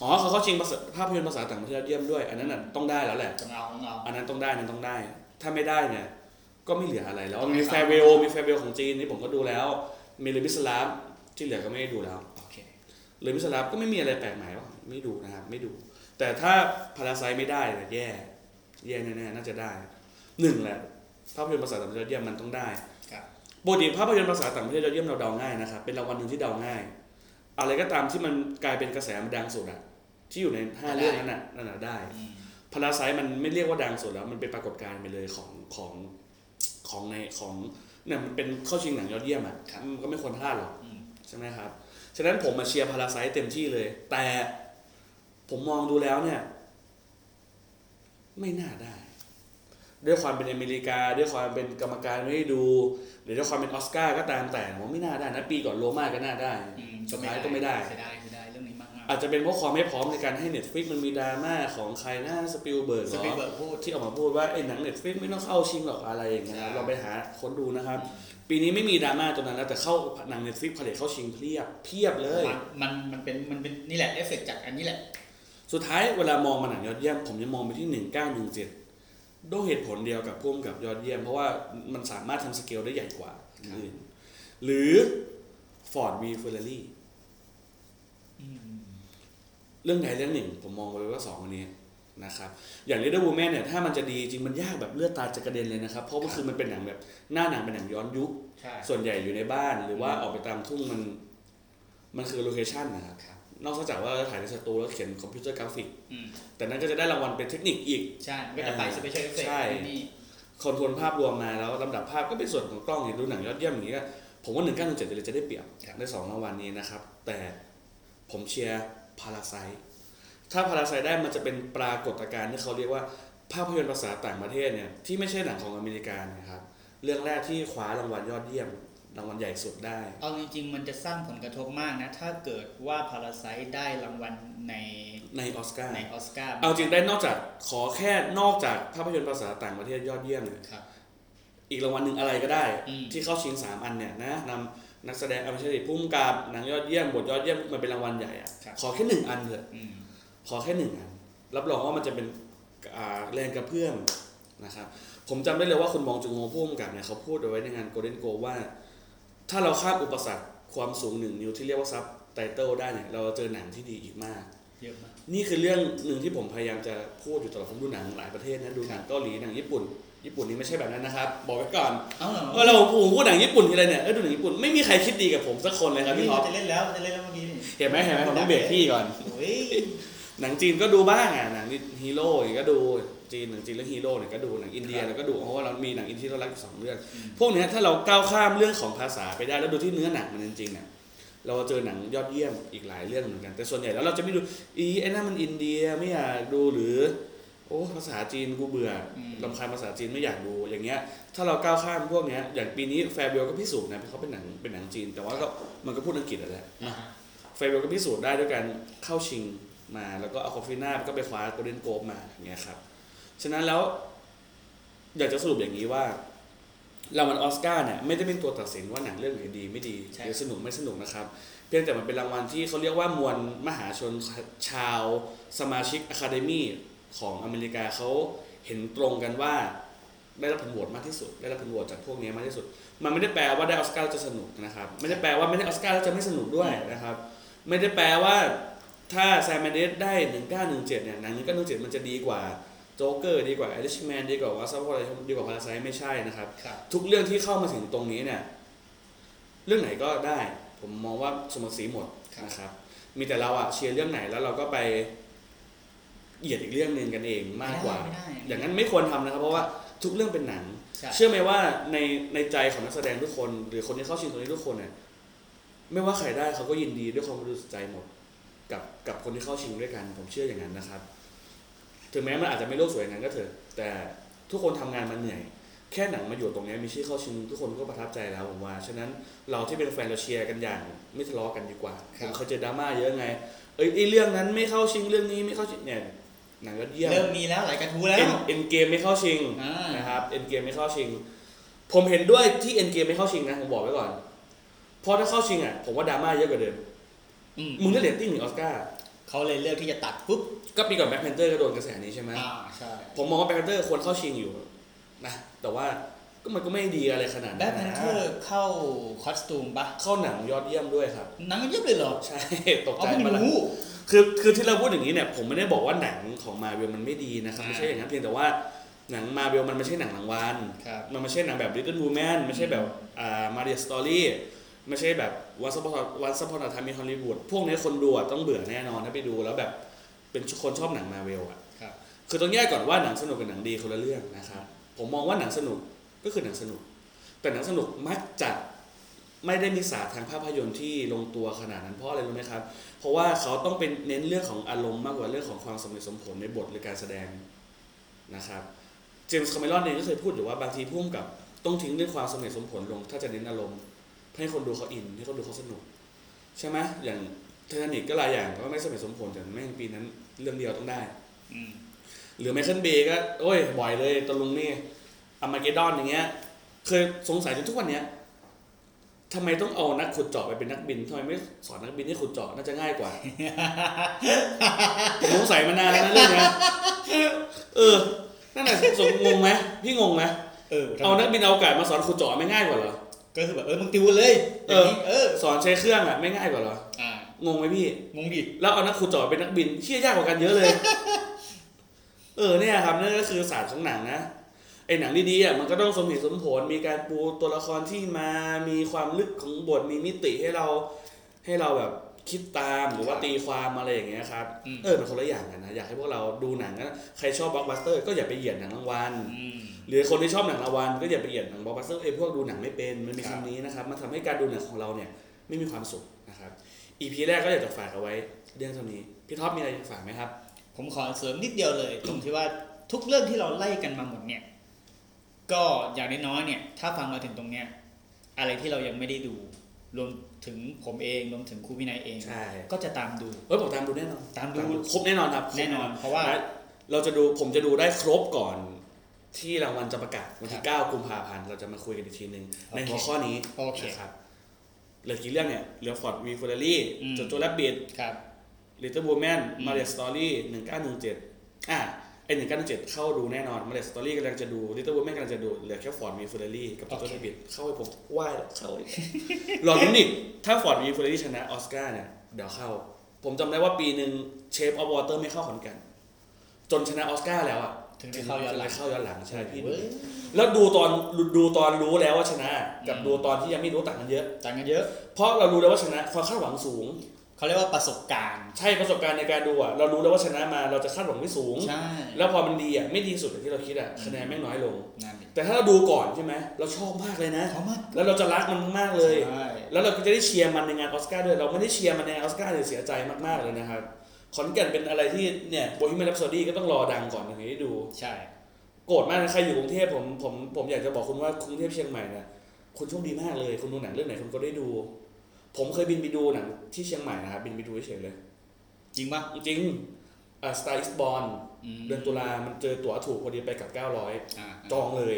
S2: อ๋อเขาเข้าชิงภาษาภาพยนตร์ภาษาต่างประเทศยอดเยี่ยมด้วย อันนั้นน่ะต้องได้แล้วแหละ
S1: ของเราของเรา
S2: อันนั้นต้องได้อันนั้นต้องได้ ถ้าไม่ได้เนี่ย ก็ไม่เหลืออะไรแล้ว
S1: ต้อง
S2: มี
S1: ครับ
S2: แฟเวลมีแฟเวลของจีนนี่ผมก็ดูแล้วมีเลมิสลาฟที่เหลือก็ไม่ได้ดูแล้ว
S1: โอเค
S2: หรือมิสลับก็ไม่มีอะไรแปลกใหม่หรอกไม่ดูนะครับไม่ดู แต่ถ้าพาราไซไม่ได้เนี่ยแย่ แย่แน่ๆน่าจะได้หนึ่งแหละภาพยนตร์ภาษาต่างประเทศยอดเยี่ยมมันต้องได้
S1: ครับ
S2: ปกติภาพยนตร์ภาษาต่างประเทศยอดเยี่ยมเราเดาง่ายนะครับเป็นรางวัลหนึ่งที่เดาง่าย อะไรก็ตามที่มันกลายเป็นกระแสมันดังสุดอะที่อยู่ในห้า
S1: ได้
S2: เรื่องนั้นน่ะนั่นน่ะได้
S1: อืม
S2: พาราไซมันไม่เรียกว่าดังสุดแล้วมันเป็นปรากฏการณ์ไปเลยของของของในของเนี่ยมันเป็นเข้าชิงหนังยอดเยี่ยมอะมันก็ไม่ควรพลาดหรอก
S1: อืม
S2: ใช่ไหมครับ ฉะนั้นผมมาเชียร์พาราไซต์เต็มที่เลย แต่ผมมองดูแล้วเนี่ย ไม่น่าได้ ด้วยความเป็นอเมริกา ด้วยความเป็นกรรมการไม่ได้ดู หรือด้วยความเป็นออสการ์ก็ตามแต่ผมว่าไม่น่าได้นะ ปีก่อนโรม่าก็น่าได้
S1: อืม
S2: สุดท้ายก็ไม่ได้
S1: เสียดายเสียดายเรื่องนี้มากๆ
S2: อาจจะเป็นเพราะความไม่พร้อมในการให้ Netflix มันมีดราม่าของใครนะสปิลเบิร์ก
S1: สปีดเบิร์กพูด
S2: ที่ออกมาพูดว่าไอ้หนัง Netflix ไม่ต้องเข้าชิงหรอกอะไรอย่างเงี้ย
S1: ใช่
S2: เราไปหาค้นดูนะครับ ปีนี้ไม่มีดราม่าตรงนั้นแล้วแต่เข้าหนัง Netflix ผลิตเข้าชิงเพียบเพียบเลย
S1: มันมันมันเป็นมันเป็นนี่แหละเอฟเฟกจากอันนี้แหละ
S2: สุดท้ายเวลามองมาหนังยอดเยี่ยมผมจะมองไปที่ 1917ด้วยเหตุผลเดียวกับพ่วงกับยอดเยี่ยม เพราะว่ามันสามารถทำสเกลได้ใหญ่กว่า
S1: ครับ
S2: อื่นหรือ Ford v Ferrari เรื่องใดเรื่องหนึ่งผมมองเลยว่าสองอันนี้นะครับอย่าง Little Women เนี่ยถ้ามันจะดีจริงมันยากแบบเลือดตาจะกระเด็นเลยนะครับ เพราะว่าคือมันเป็นหนังแบบหน้าหนังเป็นหนังย้อนยุค
S1: ใช่
S2: ส่วนใหญ่อยู่ในบ้านหรือว่าออกไปตามทุ่งมัน มันคือโลเคชันนะครับ
S1: ครับ
S2: นอกจากว่าถ่ายในสตูแล้วเขียนคอมพิวเตอร์กราฟิก
S1: อืม
S2: แต่นั้นก็จะได้รางวัลเป็นเทคนิคอีก
S1: ใช่มันก็จะไปสเปเชียลเอฟเฟก
S2: ใช่
S1: นี่
S2: คอนโทรลภาพรวมมาแล้วลำดับภาพก็เป็นส่วนของกล้องเห็นดูหนังยอดเยี่ยมอย่างนี้ก็ผมว่าหนึ่งเก้าหนึ่งเจ็ดเลยจะได้เปรียบในสองรางวัลนี้นะครับ แต่ผมเชียร์พาราไซถ้าพาราไซได้มันจะเป็นปรากฏการณ์ที่เขาเรียกว่าภาพยนตร์ภาษาต่างประเทศเนี่ยที่ไม่ใช่หนังของอเมริกานะครับ เรื่องแรกที่คว้ารางวัลยอดเยี่ยม รางวัลใหญ่สุดได้
S1: เอาจริงๆ มันจะสร้างผลกระทบมากนะ ถ้าเกิดว่าพาราไซได้รางวัลใน
S2: ในออสการ์
S1: ในออสการ์
S2: เอาจริงได้นอกจากขอแค่นอกจากภาพยนตร์ภาษาต่างประเทศยอดเยี่ยมเนี่ย
S1: ครับ
S2: อีกรางวัลหนึ่งอะไรก็ได้
S1: อืม
S2: ที่เข้าชิง 3 อันเนี่ยนะนำนักแสดงเอาไม่ใช่ดิพุ่มกับหนังยอดเยี่ยมบทยอดเยี่ยมมันเป็นรางวัลใหญ่อะ
S1: ครับ
S2: ขอแค่หนึ่งอันเถอะ
S1: อืม
S2: ขอแค่หนึ่งอัน รับรองว่ามันจะเป็นอ่าแรงกระเพื่อมนะครับผมจำได้เลยว่าคุณมองจุงโฮพุ่มกับเนี่ยเขาพูดเอาไว้ในงานโกลเด้นโกว่า ถ้าเราข้ามอุปสรรคความสูงหนึ่งนิ้วที่เรียกว่าซับไตเติลได้เนี่ยเราจะเจอหนังที่ดีอีกมาก
S1: เยอะมาก
S2: นี่คือเรื่องหนึ่งที่ผมพยายามจะพูดอยู่ตลอดผมดูหนังหลายประเทศนะดูหนังเกาหลีหนังญี่ปุ่น ญี่ปุ่นนี่ไม่ใช่แบบนั้นนะครับ บอกไว้ก่อน
S1: เอาเหรอ
S2: เออเราผมพูดหนังญี่ปุ่นทีไรเนี่ยเออดูหนังญี่ปุ่นไม่มีใครคิดดีกับผมสักคนเลยครับพี่ท็อป
S1: จะเล่นแล้วจะเล่นแล้วเมื่อกี้นี่
S2: เห็นไหมเห็นไหมผมต้องเบรกพี่ก่อน
S1: โอ้ย
S2: หนังจีนก็ดูบ้างอ่ะหนังฮีโร่เนี่ยก็ดูจีนหนังจีนเรื่องฮีโร่เนี่ยก็ดูหนังอินเดียเนี่ยก็ดูเพราะว่าเรามีหนังอินเดียเรารักอยู่สองเรื่อง พวกเนี้ยถ้าเราก้าวข้ามเรื่องของภาษาไปได้แล้วดูที่เนื้อหนังมันจริงๆเนี่ยเราเจอหนังยอดเยี่ยมอีกหลายเรื่องเหมือนกัน แต่ส่วนใหญ่แล้วเราจะไม่ดูอีไอ้นั่นมันอินเดียไม่อยากดูหรือ โอ้ภาษาจีนกูเบื่อลำคาญภาษาจีนไม่อยากดูอย่างเงี้ย ถ้าเราก้าวข้ามพวกเนี้ยอย่างปีนี้แฟร์เบลก็พิสูจน์นะเพราะเขาเป็นหนังเป็นหนังจีน แต่ว่าก็มันก็พูดอังกฤษนั่นแหละ
S1: อ่ะ
S2: เฟเบลก็พิสูจน์ได้ด้วยการเข้าชิงมา แล้วก็เอาคอฟฟีน่าก็ไปคว้าโกลเด้นโกลบมาอย่างเงี้ยครับ ฉะนั้นแล้วอยากจะสรุปอย่างนี้ว่า เรามันออสการ์เนี่ยไม่ได้เป็นตัวตัดสินว่าหนังเรื่องไหนดีไม่ดี
S1: ใช่
S2: หรือสนุกไม่สนุกนะครับ เพียงแต่มันเป็นรางวัลที่เขาเรียกว่ามวลมหาชนชาวสมาชิกอะคาเดมี่ของอเมริกาเขาเห็นตรงกันว่า ได้รับผลโหวตมากที่สุด ได้รับผลโหวตจากพวกนี้มากที่สุด มันไม่ได้แปลว่าได้ออสการ์แล้วจะสนุกนะครับ ไม่ได้แปลว่าไม่ได้ออสการ์แล้วจะไม่สนุกด้วยนะครับ ไม่ได้แปลว่าถ้าแซมแมนเดสได้หนึ่งเก้าหนึ่งเจ็ดเนี่ยหนังหนึ่งเก้าหนึ่งเจ็ดมันจะดีกว่าโจ๊กเกอร์ดีกว่าไอริชแมนดีกว่าวัสซัพพอร์ดีกว่าพาราไซไม่ใช่นะครับ
S1: ครับ
S2: ทุกเรื่องที่เข้ามาถึงตรงนี้เนี่ย เรื่องไหนก็ได้ ผมมองว่าสมศรีหมด
S1: ครับ
S2: นะครับ มีแต่เราอะเชียร์เรื่องไหนแล้วเราก็ไปเหยียดอีกเรื่องหนึ่งกันเองมากกว่า
S1: ไได้
S2: อ
S1: ไม่ได้
S2: ย่างนั้นไม่ควรทำนะครับ เพราะว่าทุกเรื่องเป็นหนัง
S1: ใช่
S2: เชื่อไหมว่าในในใจของนักแสดงทุกคน หรือคนที่เข้าชิงตรงนี้ทุกคนเนี่ยไม่ว่าใครได้เขาก็ยินดีด้วยความบริสุทธิ์ใจหมด กับกับคนที่เข้าชิงด้วยกัน ผมเชื่ออย่างนั้นนะครับ ถึงแม้มันอาจจะไม่โลกสวยอย่างนั้นก็เถอะ แต่ทุกคนทำงานมันเหนื่อย แค่หนังมาอยู่ตรงเนี้ยมีชื่อเข้าชิงทุกคนก็ประทับใจแล้วผมว่าฉะนั้นเราที่เป็นแฟนเราเชียร์กันอย่าง ไม่ทะเลาะกันดีกว่าผมเคยเจอดราม่าเยอะไง เอ้ยไอ้เรื่องนั้นไม่เข้าชิงเรื่องนี้ไม่เข้าชิงเนี่ยหนังยอดเยี่ยม
S1: เริ่มมีแล้วหลายกระทู้แล้ว
S2: เอ็นเอ็นเกมไม่เข้าชิง
S1: อ่าน
S2: นะครับเอ็นเกมไม่เข้าชิง ผมเห็นด้วยที่เอ็นเกมไม่เข้าชิงนะผมบอกไว้ก่อนเพราะถ้าเข้าชิงอ่ะผมว่าดราม่าเยอะกว่าเดิม
S1: อืม
S2: มึงได้เรตติ้งหนึ่งออสการ์
S1: เขาเลยเลือกที่จะตัดปุ๊บ
S2: ก็ปีก่อนแบ็คแพนเตอร์ก็โดนกระแสนี้ใช่ไหม
S1: อ่าใช่
S2: ผมมองว่าแบ็คแพนเตอร์ควรเข้าชิงอยู่นะแต่ว่าก็มันก็ไม่ดีอะไรขนาด
S1: แบ
S2: นั้
S1: ท
S2: น
S1: แพน
S2: นะ
S1: เทอร์เข้าคอสตูมปะ
S2: เข้าหนังยอดเยี่ยมด้วยครับ
S1: หนังเยอะเลยเหรอ
S2: ใช่ ตก
S1: เอา
S2: ใจ
S1: ไม่
S2: ปะล่ะ
S1: รู้
S2: คือคือที่เราพูดอย่างนี้เนี่ยผมไม่ได้บอกว่าหนังของมาเวลมันไม่ดีนะครับไม่ใช่อย่างนั้นเพียงแต่ว่าหนังมาเวลมันไม่ใช่หนังรางวัล
S1: ครับ
S2: มันไม่ใช่หนังแบบ Little Woman ไม่ใช่แบบอ่ามาเดียสตอรี่ไม่ใช่แบบวันซัพพอร์ตวันซัพพอร์ตทามีฮอลลีวูดพวกนี้คนดูอะต้องเบื่อแน่นอนถ้าไปดูแล้วแบบเป็นคนชอบหนังมาเวลอะ
S1: ครับ
S2: คือต้องแยกก่อนว่าหนังสนุกกับหนังดีคนละเรื่องนะครับผมมองว่าหนังสนุกก็คือหนังสนุก แต่หนังสนุกมักจะไม่ได้มีศาสตร์ทางภาพยนตร์ที่ลงตัวขนาดนั้นเพราะอะไรรู้ไหมครับ เพราะว่าเขาต้องเป็นเน้นเรื่องของอารมณ์มากกว่าเรื่องของความสมเหตุสมผลในบทหรือการแสดงนะครับเจมส์คาเมรอนเองก็เคยพูดอยู่ว่าบางทีพุ่มกับต้องทิ้งเรื่องความสมเหตุสมผลลง ถ้าจะเน้นอารมณ์ให้คนดูเขาอินให้คนดูเขาสนุก ใช่ไหมอย่างเท ททานิกก็หลายอย่างก็ไม่สมเหตุสมผลแต่แม่งปีนั้นเรื่องเดียวต้องได้
S1: อืม
S2: หรือไมเคิลเบย์ก็โอ้ย บ่อยเลยตะลุงนี่อามาเกดอนอย่างเงี้ย เคยสงสัยจนทุกวันเนี้ยทำไมต้องเอานักขุดเจาะไปเป็นนักบินทำไมไม่สอนนักบินให้ขุดเจาะน่าจะง่ายกว่า ผมสงสัยมานานแล้วนะเรื่องเนี้ยเออ นั่นแหละสงงงไหมพี่งงไหม
S1: เออ
S2: เอานักบินอวกาศมาสอนขุดเจาะไม่ง่ายกว่าเหรอ
S1: ก็คือแบบเออมึงติวเลยย่างนี้เออ
S2: สอนใช้เครื่องอ่ะไม่ง่ายกว่าเหรอ
S1: อ่าง
S2: งไหมพี่
S1: งงดิ
S2: แล้วเอานักขุดเจาะเป็นนักบินเชี่ยยากกว่ากันเยอะเลย เออเนี่ยครับนั่นก็คือศาสตร์ของหนังนะไอหนังดีๆอ่ะมันก็ต้องสมเหตุสมผลมีการปูตัวละครที่มามีความลึกของบทมีมิติให้เราให้เราแบบคิดตามหรือว่าตีความอะไรอย่างเงี้ยครับ
S1: อืม
S2: เออเป็นคนละอย่างกันนะอยากให้พวกเราดูหนังนะใครชอบบล็อกบัสเตอร์ก็อย่าไปเหยียดหนังรางวัล
S1: อืม
S2: หรือคนที่ชอบหนังรางวัลก็อย่าไปเหยียดหนังบล็อกบัสเตอร์ไอยพวกดูหนังไม่เป็นมันมี
S1: ครับ
S2: คำนี้นะครับมันทำให้การดูหนังของเราเนี่ยไม่มีความสุขนะครับ EP แรกก็อยากจะฝากเอาไว้เรื่องเท่านี้พี่ท็อปมีอะไรจะฝากไหมครับ
S1: ผมขอเสริมนิดเดียวเลย ตรงที่ว่าทุกเรื่องที่เราไล่กันมาหมดเนี่ย ก็อย่างน้อยๆเนี่ย ถ้าฟังมาถึงตรงเนี้ยอะไรที่เรายังไม่ได้ดู รวมถึงผมเองรวมถึงครูวินัยเอง
S2: ใช่
S1: ก็จะตามดู
S2: เฮ้ยผมตามดูแน่นอน
S1: ตามดู
S2: ครบแน่นอนครับ
S1: แน่นอน เพราะว่า
S2: นะเราจะดูผมจะดูได้ครบก่อนที่รางวัลจะประกาศวันที่ 9 กุมภาพันธ์เราจะมาคุยกันอีกทีหนึ่งในหัวข้อนี้
S1: โอเค
S2: นะครับเหลือกี่เรื่องเนี่ยเหลือฟอร์ดวีฟูลารี่
S1: อืม
S2: จดโจแลบบิด
S1: ครับ
S2: ลิตเติ้ลบูแมน
S1: อืม
S2: มาเรียสตอรี่หนึ่งเก้าหนึ่งเจ็ดอ่ะไอหนึ่งเก้าหนึ่งเจ็ดเข้าดูแน่นอนมาเรียสตอรี่กำลังจะดูลิตเติ้ลบูแมนกำลังจะดู เหลือแค่ฟอร์ดมีฟูเรลี่กับตัวทบิดเข้าไปผมไหว้แล้วเข้าอีก หลอดลุ้นอีกถ้าฟอร์ดมีฟูเรลี่ชนะออสการ์เนี่ย เดี๋ยวเข้า ผมจำได้ว่าปีหนึ่งเชฟออฟวอเตอร์ไม่เข้าขอนแกัน จนชนะออสการ์แล้วอ่ะ
S1: ถึงได้เข้าย้อนหลัง
S2: ถึงได้เข้าย้อนหลังใช่พี่
S1: เว้ย
S2: แล้วดูตอนดูตอนรู้แล้วว่าชนะ กับดูตอนที่ยังไม่รู้ต่างกันเยอะ
S1: ต่างกันเยอะ
S2: เพราะเรารู้แล้วว่าชนะความคาดหวังสูง
S1: เขาเรียกว่าประสบการณ์
S2: ใช่ประสบการณ์ในการดูอ่ะเรารู้แล้วว่าชนะมาเราจะคาดหวังไม่สูง
S1: ใช่
S2: แล้วพอมันดีอ่ะไม่ดีสุดอย่างที่เราคิดอ่ะคะแนนแม่งน้อยลง
S1: นั่นดิ
S2: แต่ถ้าเราดูก่อนใช่ไหมเราชอบมากเลยนะ
S1: เขามาก
S2: แล้วเราจะรักมันมากเลย
S1: ใช่
S2: แล้วเราก็จะได้เชียร์มันในงานออสการ์ด้วยเราไม่ได้เชียร์มันในงานออสการ์เลยเสียใจมากๆเลยนะครับขอนแก่นเป็นอะไรที่เนี่ยโบฮีเมียนแรปโซดี้ก็ต้องรอดังก่อนถึงจะได้ดู
S1: ใช่
S2: โกรธมากนะใครอยู่กรุงเทพผมผมผมอยากจะบอกคุณว่ากรุงเทพเชียงใหม่นะคุณโชคดีมากเลยคุณดูหนังเรื่องไหนคุณก็ได้ดู ผมเคยบินไปดูหนังที่เชียงใหม่นะครับบินไปดูเฉยๆเลย
S1: จริงปะ
S2: จริงๆอ่าสไตล์อิสบอล
S1: อืม
S2: เดือนตุลามันเจอตั๋วถูกพอดีไปกับ
S1: อ่า
S2: 900 จองเลย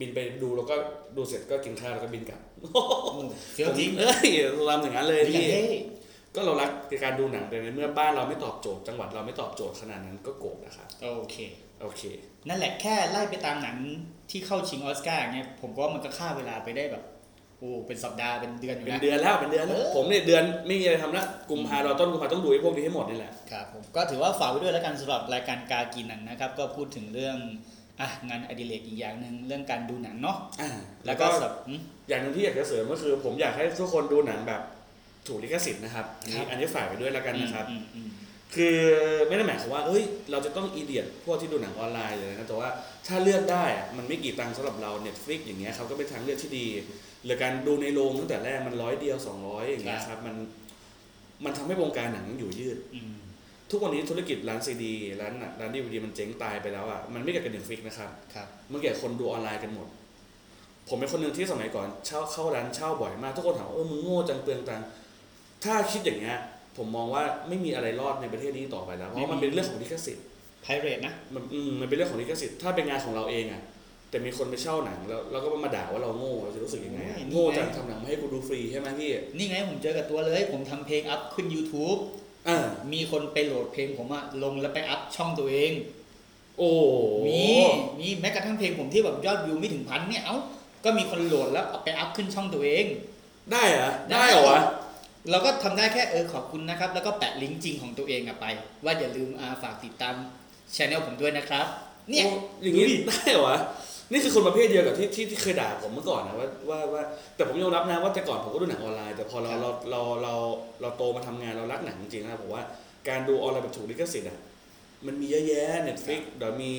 S2: บินไปดูแล้วก็ดูเสร็จก็กินข้าวแล้วก็บินกลับ
S1: โอ้โหเฟี้ยวจริง
S2: ผมเอ้ยรำอย่างนั้นเลย
S1: จริง
S2: พี่
S1: เท่
S2: ก็เรารักในการดูหนังแต่ในเมื่อบ้านเราไม่ตอบโจทย์จังหวัดเราไม่ตอบโจทย์ขนาดนั้นก็โกรธนะครับ
S1: โอเค
S2: โอเค
S1: นั่นแหละแค่ไล่ไปตามหนังที่เข้าชิงออสการ์เนี่ยผมก็ว่ามันก็ฆ่าเวลาไปได้แบบโอ้เป็นสัปดาห์เป็นเดือนอยู่
S2: เป็น
S1: นะ
S2: เดือนแล้วเป็นเดือนแล้ว
S1: เออ
S2: ผมเนี่ยเดือนไม่มีอะไรทำละกุมภาเราต้นกุมภาต้องดูไอ้พวกนี้ให้หมดนี่แหละ
S1: ครับผมก็ถือว่าฝากไว้ด้วยแล้วกันสำหรับรายการกากีหนังนะครับ ก็พูดถึงเรื่องอ่ะงานอดิเรกอีกอย่างหนึ่งเรื่องการดูหนังเนาะ
S2: อ่า
S1: แล้วก็สำหรับอืม
S2: อย่างหนึ่งที่อยากจะเสริมก็คือ ผมอยากให้ทุกคนดูหนังแบบถูกลิขสิทธิ์นะครับอัน
S1: ครั
S2: นี้
S1: บ
S2: อันนี้ฝากไปด้วยแล้วกันนะครับ
S1: อืมอืม
S2: คือไม่ได้หมายความว่าเอ้ย เราจะต้องอีเดียตพวกที่ดูหนังออนไลน์เลยนะ แต่ว่าถ้าเลือกได้อะมันไม่กี่ตังค์สำหรับเรา Netflix อย่างเงี้ยเขาก็เป็นทางเลือกที่ดี หรือการดูในโรงตั้งแต่แรกมันร้อยเดียว 200 อย่างเงี้ยครับ มันมันทำให้วงการหนังอยู่ยืด
S1: อืม
S2: ทุกวันนี้ธุรกิจร้านซีดีร้านหนังร้านดีวีดีมันเจ๊งตายไปแล้วอ่ะ มันไม่เกี่ยวกับ Netflix นะครับ
S1: ครับ
S2: มันเกี่ยวกับคนดูออนไลน์กันหมด ผมเป็นคนหนึ่งที่สมัยก่อนเช่าเข้าร้านเช่าบ่อยมาก ทุกคนถามว่าเออมึงโง่จังเปลืองตังค์ถ้าคิดอย่างเงี้ยผมมองว่าไม่มีอะไรรอดในประเทศนี้ต่อไปแล้วเพราะมันเป็นเรื่องของลิขสิทธิ์
S1: ไพเรตนะ
S2: มันอืมมันเป็นเรื่องของลิขสิทธิ์ถ้าเป็นงานของเราเองอะแต่มีคนไปเช่าหนังแล้วเราก็มาด่าว่าเราโง่เราจะรู้สึกยังไงอะโง่จังทำหนังมาให้กูดูฟรีใช่ไหมพี่
S1: นี่ไงผมเจอกับตัวเลย ผมทำเพลงอัพขึ้น YouTube
S2: อ่า
S1: มีคนไปโหลดเพลงผมอะลงแล้วไปอัพช่องตัวเอง
S2: โอ้
S1: มีมีแม้กระทั่งเพลงผมที่แบบยอดวิวไม่ถึงพันเนี่ย เอ้า ก็มีคนโหลดแล้วเอาไปอัพขึ้นช่องตัวเอง
S2: ได้เหรอได้เหรอวะ
S1: เราก็ทำได้แค่เออขอบคุณนะครับ แล้วก็แปะลิงก์จริงของตัวเองอะไป ว่าอย่าลืมอาฝากติดตามช anel ผมด้วยนะครับ เนี่ย
S2: โอ้อย่างงี้ได้เหรอวะนี่คือคนประเภทเดียวกับที่ที่ที่เคยด่าผมเมื่อก่อนนะว่าว่าว่า แต่ผมยอมรับนะว่าแต่ก่อนผมก็ดูหนังออนไลน์แต่พอเรา
S1: ครับ
S2: เราเราเราเราโตมาทำงานเรารักหนังจริงๆนะผมว่าการดูออนไลน์แบบถูกลิขสิทธิ์อ่ะมันมีเยอะแยะ Netflix เดี๋ยวมี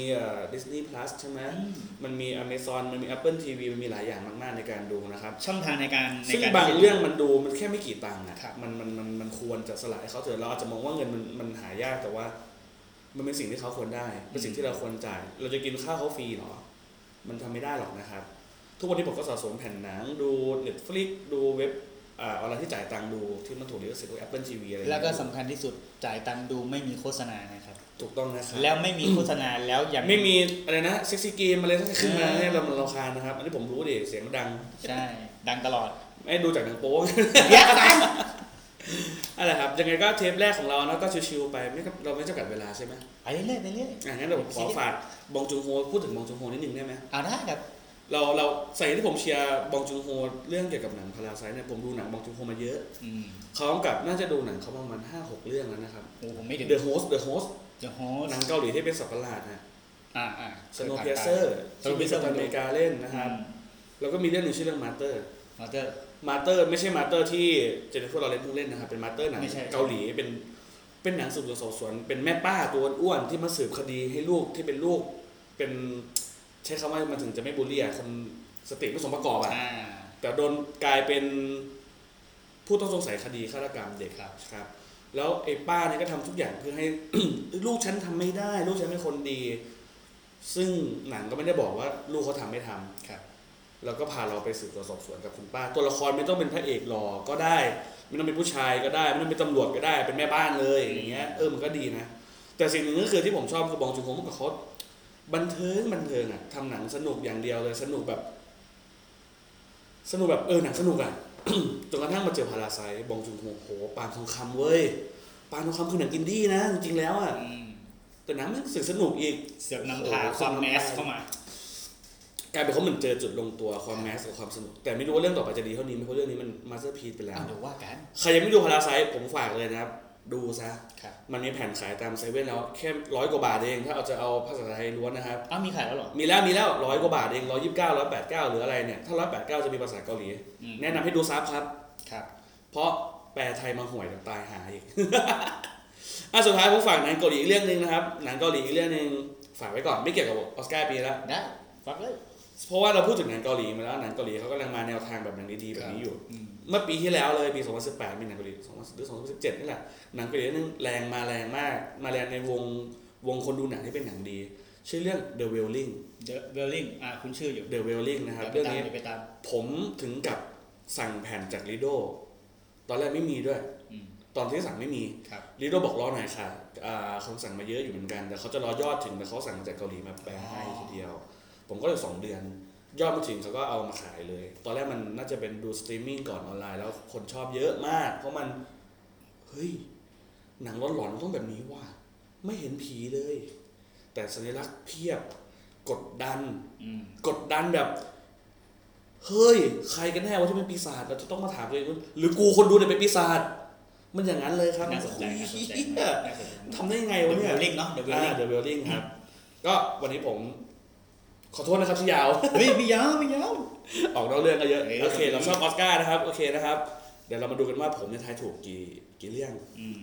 S2: ดิสนีย์พลัสใช่ไหม
S1: อืม
S2: มันมี Amazon มันมี Apple TV มันมีหลายอย่างมากๆในการดูนะครับ
S1: ช่องทางในการใน
S2: ซึ่ง
S1: การ
S2: บางเรื่องมันดูมันแค่ไม่กี่ตังค์อ่ะ
S1: ครับ
S2: มันมันมันมันควรจะสละให้เขาเถอะเราอาจจะมองว่าเงินมันมันหายากแต่ว่า มันเป็นสิ่งที่เขาควรได้เป็นสิ่งที่เราควรจ่าย เราจะกินข้าวเขาฟรีเหรอ มันทำไม่ได้หรอกนะครับ ทุกวันนี้ผมก็สะสมแผ่นหนังดู Netflix ดูเว็บ อ่าออนไลน์ที่จ่ายตังค์ดูที่มันถูกลิขสิทธิ์พวก Apple TV อะไรอย่าง
S1: แล้
S2: เงี้
S1: วย ก็สำคัญที่สุดจ่ายตังค์ดูไม่มีโฆษณานะครับ
S2: ถูกต้องนะครับ
S1: แล้วไม่มีโฆษณาแล้วอย่าง
S2: ไม่มีอะไรนะเซ็กซี่เกมอะไรทั้งขึ้นมา
S1: เออ
S2: ให้เรามันรำคาญนะครับ อันนี้ผมรู้ดิเสียงมันดัง
S1: ใช่ ดังตล อด
S2: ไม่ดูจากหนังโป๊ะ
S1: เดี๋ยวตาม
S2: อะไรครับยังไงก็เทปแรกของเรานะก็ชิวๆไปไม่ก็เราไม่จำกัดเวลาใช่ไหม
S1: ไปเรื่อยๆไปเรื่อย
S2: อ่ะงั้นเดี๋ยวผมขอฝากบองจุงโฮพูดถึงบองจุงโฮนิดนึงได้ไหม
S1: ๆเอาได้ครับ
S2: เราเราใส่ที่ผมเชียร์บองจุนโฮเรื่องเกี่ยวกับหนังพาราไซต์เนี่ยผมดูหนังบองจุนโฮมาเยอะ
S1: อืม
S2: เขากำกับน่าจะดูหนังเขาประมาณห้าหกเรื่องแล้วนะครับ
S1: โอ้ผมไม่ถึง
S2: The Host The Host
S1: The
S2: หนั
S1: Host
S2: งเกาหลีที่เป็นสัตว์ประหลาดนะ
S1: อ่าอ่า
S2: Snowpiercer ที่มีสตาร์อเมริกาเล่นนะครับแล้วก็มีเรื่องหนึ่งชื่อเรื่อง Master
S1: มาเตอร์
S2: Master ไม่ใช่ Master ที่เจนนิเฟอร์ลอเรนซ์เพิ่งเล่นนะครับเป็น Master หนัง
S1: ไม่ใช่
S2: เกาหลีเป็นเป็นหนังสืบสวนสอบสวน เป็นแม่ป้าตัวอ้วนที่มาสืบคดีให้ลูกที่เป็นลูกเป็นใช้คำว่ามันถึงจะไม่บูลลี่อะคนสติไม่สมประกอบอะ
S1: อ่า
S2: แต่โดนกลายเป็นผู้ต้องสงสัยคดีฆาตกรรมเด็ก
S1: ครับ
S2: ครับ แล้วไอ้ป้าเนี่ยก็ทำทุกอย่างเพื่อให้ ลูกฉันทำไม่ได้ ลูกฉันเป็นคนดี ซึ่งหนังก็ไม่ได้บอกว่าลูกเขาทำไม่ทำ
S1: ครับ
S2: แล้วก็พาเราไปสืบสวนสอบสวนกับคุณป้า ตัวละครไม่ต้องเป็นพระเอกหรอกก็ได้ไม่ต้องเป็นผู้ชายก็ได้ไม่ต้องเป็นตำรวจก็ได้เป็นแม่บ้านเลยอย่างเงี้ยเออมันก็ดีนะ แต่สิ่งหนึ่งก็คือที่ผมชอบคือบองจุงฮงกับเขาบันเทิงบันเทิงอ่ะทำหนังสนุกอย่างเดียวเลยสนุกแบบ สนุกแบบเออหนังสนุกอ่ะ จนกระทั่งมาเจอพาราไซบองจุงโฮโหปานทองคำเว้ยปานทองคำคือหนังอินดี้นะจริงๆแล้วอ่ะ
S1: อืม
S2: แต่หนังมันสื่อสนุกอีก
S1: เสือกนำพาความแมสเข้ามาก
S2: ลายเป็นเขาเหมือนเจอจุดลงตัวความแมสกับความสนุก แต่ไม่รู้ว่าเรื่องต่อไปจะดีเท่านี้ไหมเพราะเรื่องนี้มันมาสเตอร์พีซไปแล้ว
S1: เอาเดี๋ยวว่ากัน
S2: ใครยังไม่ดูพาราไซผมฝากเลยนะครับ ดูซะ
S1: ครับ
S2: มันมีแผ่นขายตามเซเว่นแล้วแค่ร้อยกว่าบาทเองถ้าเอาจะเอาภาษาไทยล้วนนะครับ
S1: เอ้ามีขายแล้วเหรอ
S2: มีแล้วมีแล้วร้อยกว่าบาทเองร้อยยี่สิบเก้าร้อยแปดเก้าหรืออะไรเนี่ยถ้าร้อยแปดเก้าจะมีภาษาเกาหลี
S1: อืม
S2: แนะนำให้ดูซับครับ
S1: ครับ
S2: เพราะแปลไทยมาห่วยกับตายห าอีก อ่ะสุดท้ายผมฝากหนังเกาหลีอีกเรื่องหนึ่งนะครับ หนังเกาหลีอีกเรื่องหนึ่งฝากไว้ก่อนไม่เกี่ยวกับออสการ์ปีละ
S1: ได้ฟักเลย
S2: เพราะว่าเราพูดถึงหนังเกาหลีมาแล้วหนังเกาหลีเขากำลังมาแนวทางแบบหนังดีๆแบบนี้อยู่
S1: อืม
S2: เมื่อปีที่แล้วเลยปี 2018 มีหนังเกาหลี2010หรือ2017 นี่แหละ หนังเกาหลีเรื่องนึงแรงมาแรงมาก มาแรงในวงวงคนดูหนังที่เป็นหนังดี ชื่อเรื่อง The Wailing
S1: เดอะเวลลิงอ่าคุณชื่ออยู่
S2: The Wailing นะครับ
S1: เดี๋
S2: เรื่
S1: ยวไปตาม
S2: องนี้
S1: เดี๋ยวไปตาม
S2: ผมถึงกับสั่งแผ่นจากลิโดตอนแรกไม่มีด้วย
S1: อืม
S2: ตอนที่สั่งไม่มี
S1: ครับ
S2: ลิโดบอกรอหน่อยค่ะอ่าคนสั่งมาเยอะอยู่เหมือนกัน แต่เขาจะรอยอดถึงแต่เขาสั่งมาจากเกาหลีมาแปลให้
S1: อ๋อ
S2: ทีเดียว ผมก็เลยสองเดือน ยอดมาถึงเขาก็เอามาขายเลย ตอนแรกมันน่าจะเป็นดูสตรีมมิ่งก่อนออนไลน์แล้วคนชอบเยอะมาก เพราะมัน เฮ้ย หนังร้อนๆมันต้องแบบนี้ว่ะไม่เห็นผีเลย แต่สัญลักษณ์เพียบกดดัน
S1: อืม
S2: กดดันแบบ เฮ้ย ใครกันแน่ว่าที่เป็นปีศาจเราจะต้องมาถามตัวเองว่าหรือกูคนดูเนี่ยเป็นปีศาจมันอย่างนั้นเลยครับ
S1: น่าสนใจน่าสนใจ
S2: เหี้ย
S1: มากน่าสนใจมาก
S2: ทำได้ยังไง
S1: เดอะ
S2: วะ
S1: เว
S2: เนี่ย
S1: ลลิงเนาะเดอะเวลลิง
S2: เดอะเวลลิงครับ ก็วันนี้ผม ขอโทษนะครับที่ยาว
S1: เฮ้ยไม่ยาวไม่ยาว
S2: ออกนอกเรื่องก็เยอะ
S1: เอ้ย
S2: โอเคเราชอบออสการ์นะครับ โอเคนะครับ เดี๋ยวเรามาดูกันว่าผมจะทายถูกกี่กี่เรื่อง
S1: อืม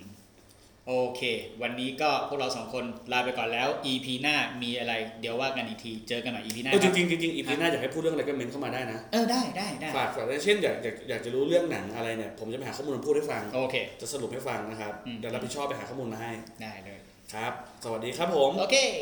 S1: โอเค วันนี้ก็พวกเราสองคนลาไปก่อนแล้ว EP หน้ามีอะไร เดี๋ยวว่ากันอีกที เจอกันใหม่ EP หน้า
S2: เออ
S1: ค
S2: จ
S1: รับ
S2: ริงๆจริงๆอีพีหน้าอยากให้พูดเรื่องอะไรก็เมนเข้ามาได้นะ
S1: เออได้ได้ได้
S2: ฝากฝากด้วยเช่นอยากอยากอยากจะรู้เรื่องหนังอะไรเนี่ยผมจะไปหาข้อมูลมาพูดให้ฟัง
S1: โอเค
S2: จะสรุปให้ฟังนะครับ
S1: อืม
S2: เดี๋ยวรับผิดชอบไปหาข้อมูลมาให้
S1: ได้เลย
S2: ครับ สวัสดีครับผม
S1: Okay.